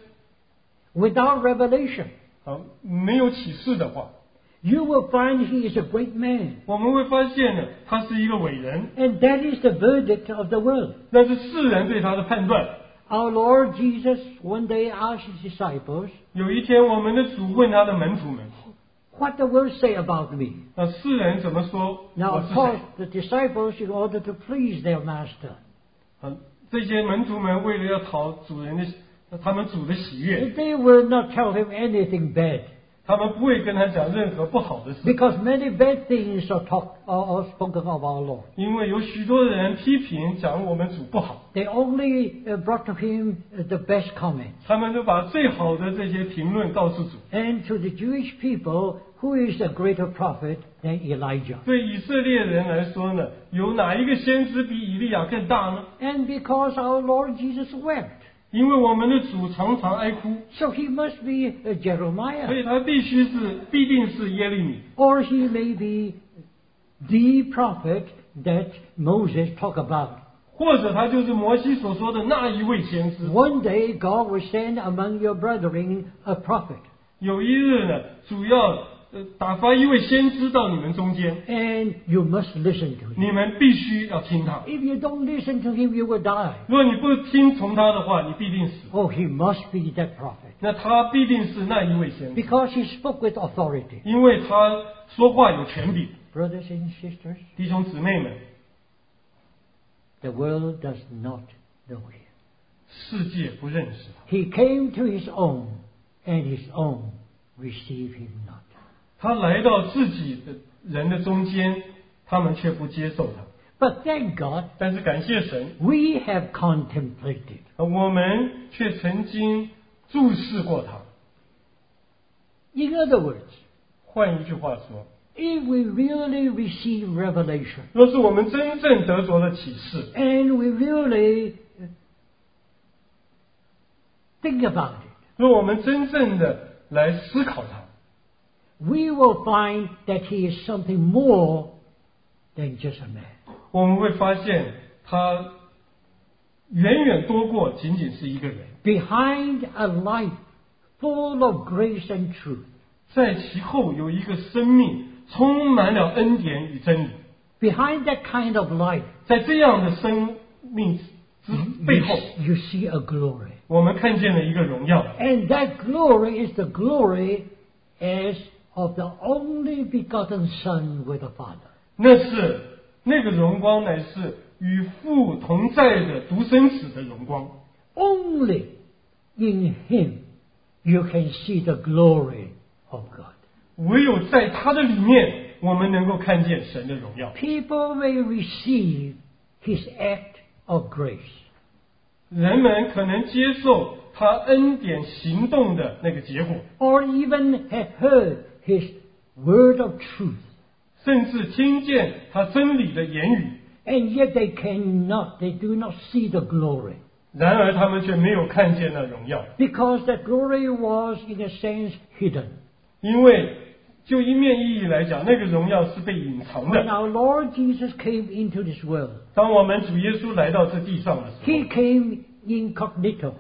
Speaker 1: without revelation,
Speaker 2: 啊，没有启示的话，
Speaker 1: you will find he is a great man.
Speaker 2: 我们会发现呢，他是一个伟人，
Speaker 1: And that is the verdict of the world.
Speaker 2: 那是世人对他的判断。
Speaker 1: Our Lord Jesus one day asked his disciples,
Speaker 2: 有一天，我们的主问他的门徒们，
Speaker 1: What the world say about me?
Speaker 2: 呃，世人怎么说
Speaker 1: Now,
Speaker 2: 我
Speaker 1: of
Speaker 2: 是
Speaker 1: course,
Speaker 2: 谁？
Speaker 1: the disciples, in order to please their master,
Speaker 2: 嗯，这些门徒们为了要讨主人的他们主的喜悦，
Speaker 1: they will not tell him anything bad.
Speaker 2: 他们不会跟他讲任何不好的事，
Speaker 1: Because many bad things are talked or are spoken of our Lord.
Speaker 2: 因为有许多人批评讲我们主不好，
Speaker 1: They only uh, brought to him uh, the best comments.
Speaker 2: 他们就把最好的这些评论告诉主。
Speaker 1: And to the Jewish people, who is a greater prophet than Elijah?
Speaker 2: 对以色列人来说呢，有哪一个先知比以利亚更大呢？
Speaker 1: And because our Lord Jesus wept,
Speaker 2: 因为我们的主常常哀哭，
Speaker 1: so he must be uh,
Speaker 2: 所
Speaker 1: Jeremiah,
Speaker 2: 以他必须是必定是耶利米，
Speaker 1: or he may be the prophet that Moses talked about.
Speaker 2: 或者他就是摩西所说的那一位先知。
Speaker 1: One day God will send among your brethren a prophet,
Speaker 2: 有一日呢，主要呃打发一位先知到你们中间，
Speaker 1: and you must listen to him.
Speaker 2: 你们必须要听他。
Speaker 1: If you don't listen to him, you will die.
Speaker 2: 若你不听从他的话，你必定死。
Speaker 1: Oh, he must be that prophet
Speaker 2: 那他必定是那一位先知，
Speaker 1: because he spoke with authority.
Speaker 2: 因为他说话有权柄。
Speaker 1: Brothers and sisters,
Speaker 2: 弟兄姊妹们，
Speaker 1: the world does not know him.
Speaker 2: 世界不认识他，
Speaker 1: He came to his own, and his own receive him not.
Speaker 2: 他来到自己的人的中间，他们却不接受他。
Speaker 1: But thank God,
Speaker 2: 但是感谢神，
Speaker 1: we have contemplated.
Speaker 2: 我们却曾经注视过他。
Speaker 1: In other words,
Speaker 2: 换一句话说，
Speaker 1: if we really receive revelation
Speaker 2: 若是我们真正得着了启示，
Speaker 1: and we really think about it,
Speaker 2: 若我们真正的来思考它，
Speaker 1: we will find that he is something more than just a man.
Speaker 2: 我们会发现他远远多过仅仅是一个人，
Speaker 1: Behind a life full of grace and truth,
Speaker 2: 在其后有一个生命充满了恩典与真理，
Speaker 1: behind that kind of life,
Speaker 2: 在这样的生命之
Speaker 1: you-
Speaker 2: 背后，
Speaker 1: you see a glory.
Speaker 2: 我们看见了一个荣耀，
Speaker 1: And that glory is the glory as of the only begotten Son with the Father.
Speaker 2: 那是那个荣光乃是与父同在的独生子的荣光。
Speaker 1: Only in Him you can see the glory of God.
Speaker 2: 唯有在他的里面，我们能够看见神的荣耀。
Speaker 1: People may receive His act of grace,
Speaker 2: 人们可能接受他恩典行动的那个结果，
Speaker 1: or even have heard His word of truth,
Speaker 2: 甚至听见他真理的言语，
Speaker 1: and yet they cannot, they do not see the glory.
Speaker 2: 然而他们却没有看见那荣耀，
Speaker 1: Because that glory was, in a sense, hidden.
Speaker 2: 因为就一面意义来讲，那个荣耀是被隐藏
Speaker 1: When
Speaker 2: 的。
Speaker 1: our Lord Jesus came into this world,
Speaker 2: 当我们主耶稣来到这地上的时
Speaker 1: He came incognito.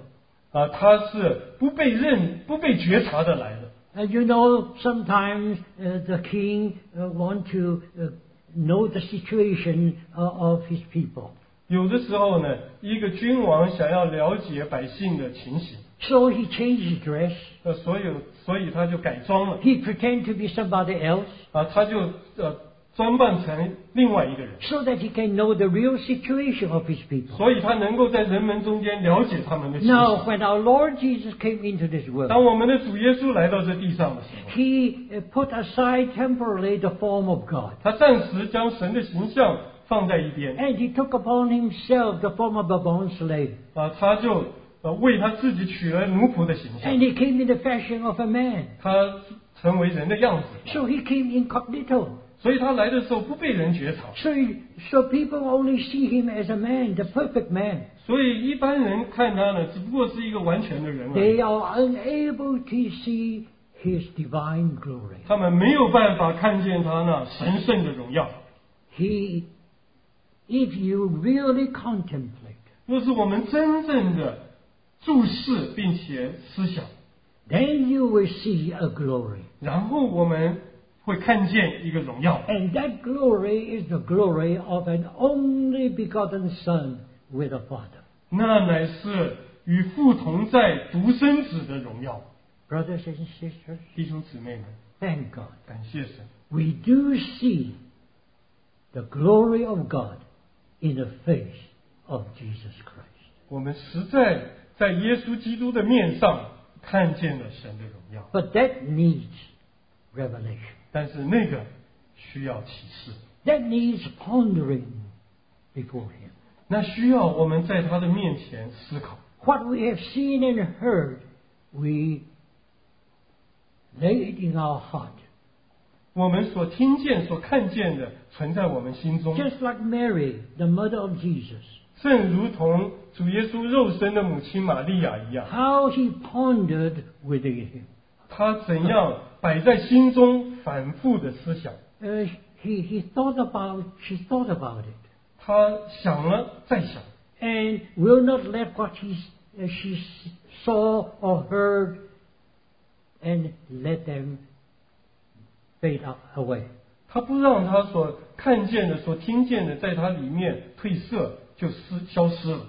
Speaker 2: 候，啊，他是不被认、不被觉察的来的。
Speaker 1: And Uh, you know, sometimes uh, the king uh, want to uh, know the situation uh, of his people.
Speaker 2: 有的时候呢，一个君王想要了解百姓的情形，
Speaker 1: So he changed his dress.
Speaker 2: 呃，所以所以他就改装了
Speaker 1: He pretended to be somebody else
Speaker 2: 啊，他就呃装扮成另外一个人，
Speaker 1: so that he can know the real situation of his people.
Speaker 2: 所以他能够在人们中间了解他们的情
Speaker 1: Now,
Speaker 2: 况。
Speaker 1: when our Lord Jesus came into this world,
Speaker 2: 当我们的主耶稣来到这地上的时候，
Speaker 1: he uh, put aside temporarily the form of God.
Speaker 2: 他暂时将神的形象放在一边
Speaker 1: And he took upon himself the form of a bond slave.
Speaker 2: 啊，他就呃为他自己取了奴仆的形
Speaker 1: And
Speaker 2: 象，
Speaker 1: he came in the fashion of a man.
Speaker 2: 他成为人的样子，
Speaker 1: So he came incognito.
Speaker 2: 所以他来的时候不被人觉察，
Speaker 1: So, so people only see him as a man, the perfect man.
Speaker 2: 所以一般人看他呢，只不过是一个完全的人而已
Speaker 1: They。are unable to see his divine glory.
Speaker 2: 他们没有办法看见他那神圣的荣耀。
Speaker 1: He, if you really contemplate,
Speaker 2: 若是我们真正的注视并且思想，
Speaker 1: then you will see a glory.
Speaker 2: 然后我们会看见一个荣耀，
Speaker 1: And that glory is the glory of an only begotten Son with a Father.
Speaker 2: 那乃是与父同在独生子的荣耀。
Speaker 1: Brothers and sisters,
Speaker 2: 弟兄姊妹们，
Speaker 1: thank God.
Speaker 2: 感谢神，
Speaker 1: We do see the glory of God in the face of Jesus Christ.
Speaker 2: 我们实在在耶稣基督的面上看见了神的荣耀，
Speaker 1: But that needs revelation.
Speaker 2: 但是那个需要启示，
Speaker 1: That needs pondering before Him.
Speaker 2: 那需要我们在他的面前思考。
Speaker 1: What we have seen and heard, we lay it in our heart.
Speaker 2: 我们所听见、所看见的，存在我们心中，
Speaker 1: Just like Mary, the mother of Jesus,
Speaker 2: 正如同主耶稣肉身的母亲玛利亚一样，
Speaker 1: how she pondered within him.
Speaker 2: 她怎样摆在心中反复的思想，
Speaker 1: Uh, he, he thought about, she thought about it.
Speaker 2: 她想了再想，
Speaker 1: and will not let what he, uh, she s- saw or heard and let them fade a- away.
Speaker 2: 她不让她所看见的、所听见的，在她里面褪色，就失消失了。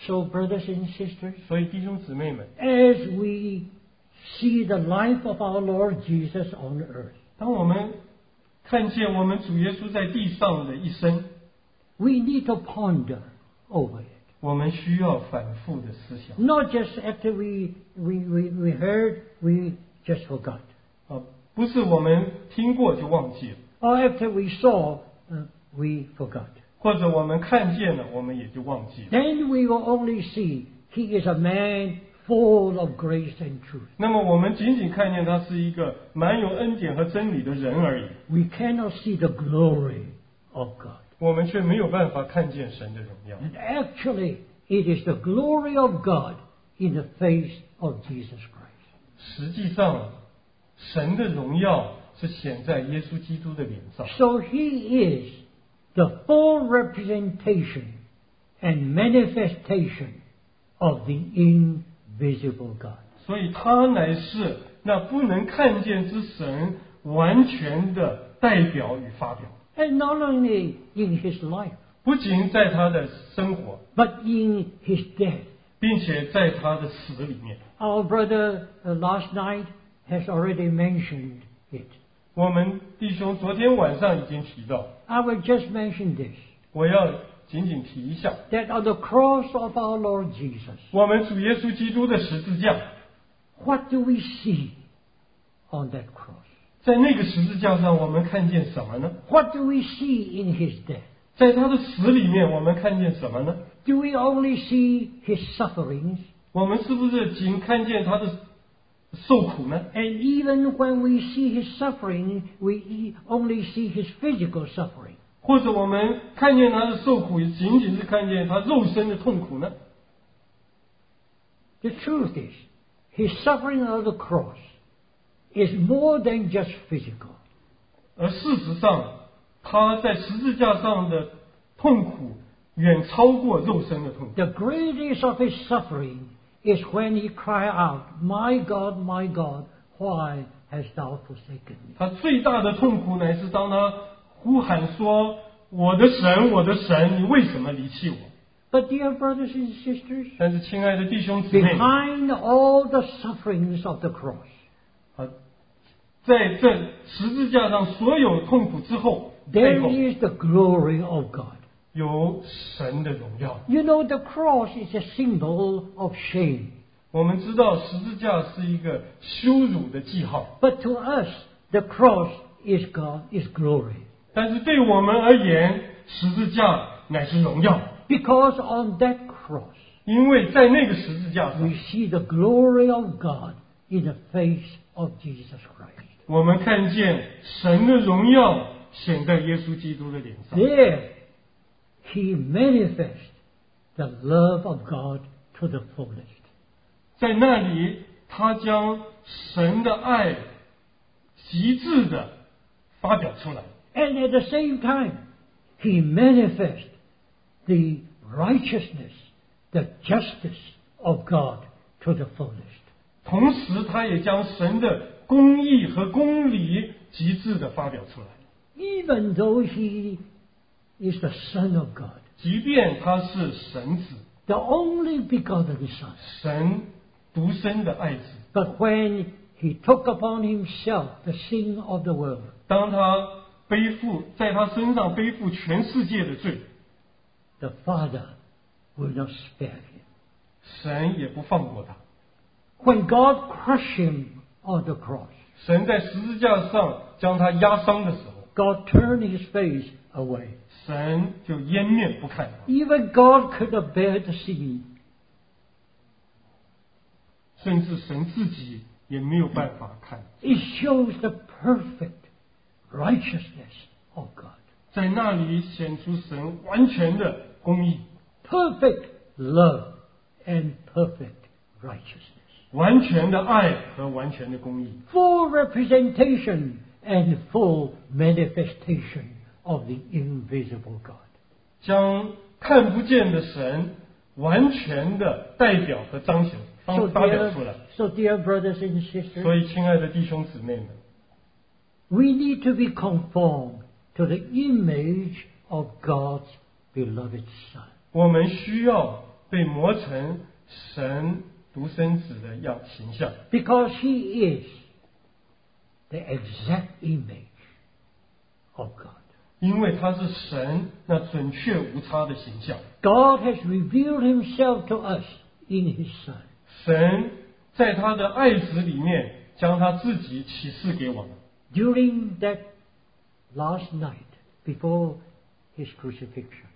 Speaker 1: So, brothers and sisters,
Speaker 2: 所以弟兄姊妹们，
Speaker 1: as we see the life of our Lord Jesus on earth,
Speaker 2: 当我们看见我们主耶稣在地上的一生，
Speaker 1: we need to ponder over it.
Speaker 2: 我们需要反复的思想。
Speaker 1: Not just after we, we, we, we heard, we just forgot.
Speaker 2: 啊，不是我们听过就忘记了，
Speaker 1: Or after we saw, uh, we forgot.
Speaker 2: 或者我们看见了，我们也就忘记了。
Speaker 1: Then we will only see he is a man full of grace and truth.
Speaker 2: 那么我们仅仅看见他是一个满有恩典和真理的人而已，
Speaker 1: We cannot see the glory of God.
Speaker 2: 我们却没有办法看见神的荣耀。
Speaker 1: And actually, it is the glory of God in the face of Jesus Christ.
Speaker 2: 实际上，神的荣耀是显在耶稣基督的脸上，
Speaker 1: So he is the full representation and manifestation of the invisible God.
Speaker 2: 所以他乃是那不能看见之神完全的代表与发表，
Speaker 1: And not only in his life,
Speaker 2: 不仅在他的生活，
Speaker 1: but in his death.
Speaker 2: 并且在他的死里面。
Speaker 1: Our brother uh, last night has already mentioned it.
Speaker 2: 我们弟兄昨天晚上已经提到，
Speaker 1: I will just mention this
Speaker 2: 我要仅仅提一下，
Speaker 1: that on the cross of our Lord Jesus,
Speaker 2: 我们主耶稣基督的十字架，
Speaker 1: what do we see on that cross?
Speaker 2: 在那个十字架上，我们看见什么呢？
Speaker 1: What do we see in his death?
Speaker 2: 在他的死里面，我们看见什么呢？
Speaker 1: Do we only see his sufferings?
Speaker 2: 我们是不是仅看见他的受苦呢？
Speaker 1: And even when we see his suffering, we e- only see his physical suffering.
Speaker 2: 或者我们看见他的受苦，仅仅是看见他肉身的痛苦呢？
Speaker 1: The truth is, his suffering on the cross is more than just physical.
Speaker 2: 而事实上，他在十字架上的痛苦远超过肉身的痛苦。
Speaker 1: The greatest of his suffering is when he cried out, My God, my God, why hast thou forsaken me?
Speaker 2: 他最大的痛苦乃是当他呼喊说：“我的神，我的神，你为什么离弃我
Speaker 1: But dear brothers and sisters,？”
Speaker 2: 但是，亲爱的弟兄姊妹，
Speaker 1: behind all the sufferings of the cross,
Speaker 2: 啊，在这十字架上所有痛苦之后，背
Speaker 1: there
Speaker 2: 后
Speaker 1: is the glory of God.
Speaker 2: 有神的荣耀。
Speaker 1: You know, the cross is a symbol of shame.
Speaker 2: 我们知道十字架是一个羞辱的记号，
Speaker 1: But to us, the cross is God, is glory.
Speaker 2: 但是对我们而言，十字架乃是荣耀，
Speaker 1: Because on that cross,
Speaker 2: 因为在那个十字架上，
Speaker 1: we see the glory of God in the face of Jesus Christ.
Speaker 2: 我们看见神的荣耀显在耶稣基督的脸上，
Speaker 1: There, he manifests the love of God to the fullest.
Speaker 2: 在那里，他将神的爱极致的发表出来。
Speaker 1: And at the same time, he manifests the righteousness, the justice of God to the fullest.
Speaker 2: 同时，他也将神的公义和公理极致的发表出来。
Speaker 1: Even though he is the Son of God,
Speaker 2: 即便他是神子，
Speaker 1: the only begotten Son.
Speaker 2: 神独生的爱子，
Speaker 1: But when he took upon himself the sin of the world,
Speaker 2: 当他背负在他身上背负全世界的罪，
Speaker 1: the Father will not spare him.
Speaker 2: 神也不放过他。
Speaker 1: When God crushed him on the cross,
Speaker 2: 神在十字架上将他压伤的时候，
Speaker 1: God turned his face away.
Speaker 2: 神就掩面不看他，
Speaker 1: Even God could not bear to see
Speaker 2: 甚至神自己也没有办法看。
Speaker 1: It shows the perfect righteousness of God,
Speaker 2: 在那里显出神完全的公义、
Speaker 1: perfect love, and perfect righteousness.
Speaker 2: 完全的爱和完全的公义，
Speaker 1: Full representation and full manifestation of the invisible God.
Speaker 2: 将看不见的神完全的代表和彰显发
Speaker 1: So
Speaker 2: 发表出
Speaker 1: dear,。
Speaker 2: 来
Speaker 1: so dear brothers and
Speaker 2: 所
Speaker 1: sisters,
Speaker 2: 以，亲爱的弟兄姊妹们，
Speaker 1: we need to be conformed to the image of God's beloved Son.
Speaker 2: 我们需要被磨成神独生子的样形象，
Speaker 1: Because he is the exact image of God.
Speaker 2: 因为他是神那准确无差的形象。
Speaker 1: God has revealed himself to us in his Son.
Speaker 2: 神在他的爱子里面将他自己启示给我们。
Speaker 1: During that last night before his crucifixion,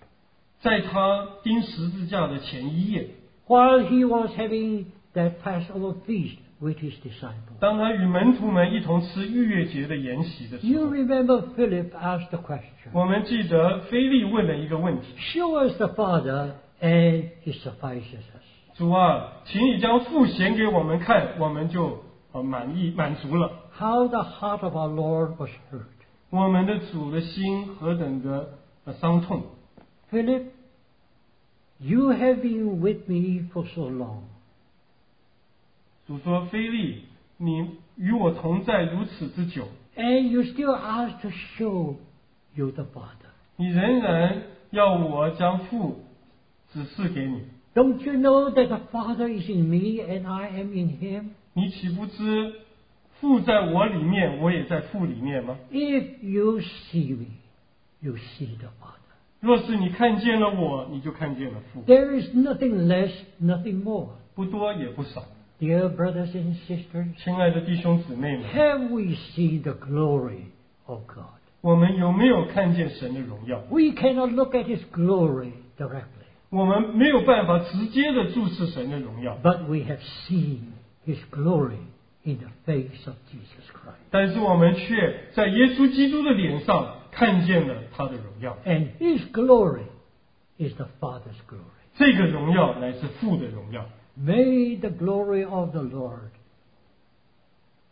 Speaker 2: 在他钉十字架的前一夜，
Speaker 1: while he was having that Passover feast with his disciples.
Speaker 2: 当他与门徒们一同吃逾越节的筵席的时
Speaker 1: You
Speaker 2: 候，
Speaker 1: remember Philip asked the question,
Speaker 2: 我们记得菲利问了一个问题
Speaker 1: Show us the Father, and it suffices us.：“
Speaker 2: 主啊，请你将父显给我们看，我们就呃满意满足了。
Speaker 1: How the heart of our Lord was hurt. ”
Speaker 2: 我们的主的心何等的呃伤痛！
Speaker 1: Philip, you have been with me for so long.
Speaker 2: 主说：“菲利，你与我同在如此之久，
Speaker 1: And you still ask to show you the Father.
Speaker 2: 你仍然要我将父指示给你。
Speaker 1: Don't you know that the Father is in me and I am in him?
Speaker 2: 你岂不知父在我里面，我也在父里面吗？
Speaker 1: If you see me, you see the Father.
Speaker 2: 若是你看见了我，你就看见了父，
Speaker 1: There is nothing less, nothing more.
Speaker 2: 不多也不少。
Speaker 1: Dear brothers and sisters,
Speaker 2: 亲爱的弟兄姊妹们，
Speaker 1: have we seen the glory of God?
Speaker 2: 我们有没有看见神的荣耀？
Speaker 1: We cannot look at His glory directly,
Speaker 2: 我们没有办法直接的注视神的荣耀，
Speaker 1: but we have seen His glory in the face of Jesus Christ.
Speaker 2: 但是我们却在耶稣基督的脸上看见了他的荣耀。
Speaker 1: And His glory is the Father's glory.
Speaker 2: 这个荣耀乃是父的荣耀。
Speaker 1: May the glory of the Lord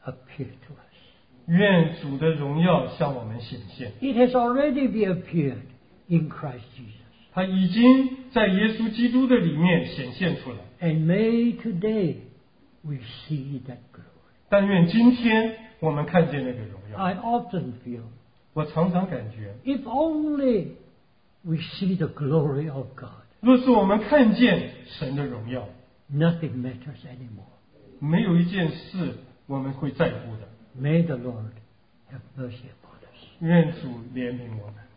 Speaker 1: appear to us.
Speaker 2: 愿主的荣耀向我们显现，
Speaker 1: It has already been appeared in Christ Jesus.
Speaker 2: 他已经在耶稣基督的里面显现出来。
Speaker 1: And may today we see that glory.
Speaker 2: 但愿今天我们看见那个荣耀。
Speaker 1: I often feel
Speaker 2: 我常常感觉，
Speaker 1: if only we see the glory of God,
Speaker 2: 若是我们看见神的荣耀，
Speaker 1: nothing matters anymore.
Speaker 2: 没有一件事我们会在乎的。
Speaker 1: May the Lord have mercy upon us.
Speaker 2: 愿主怜悯我们。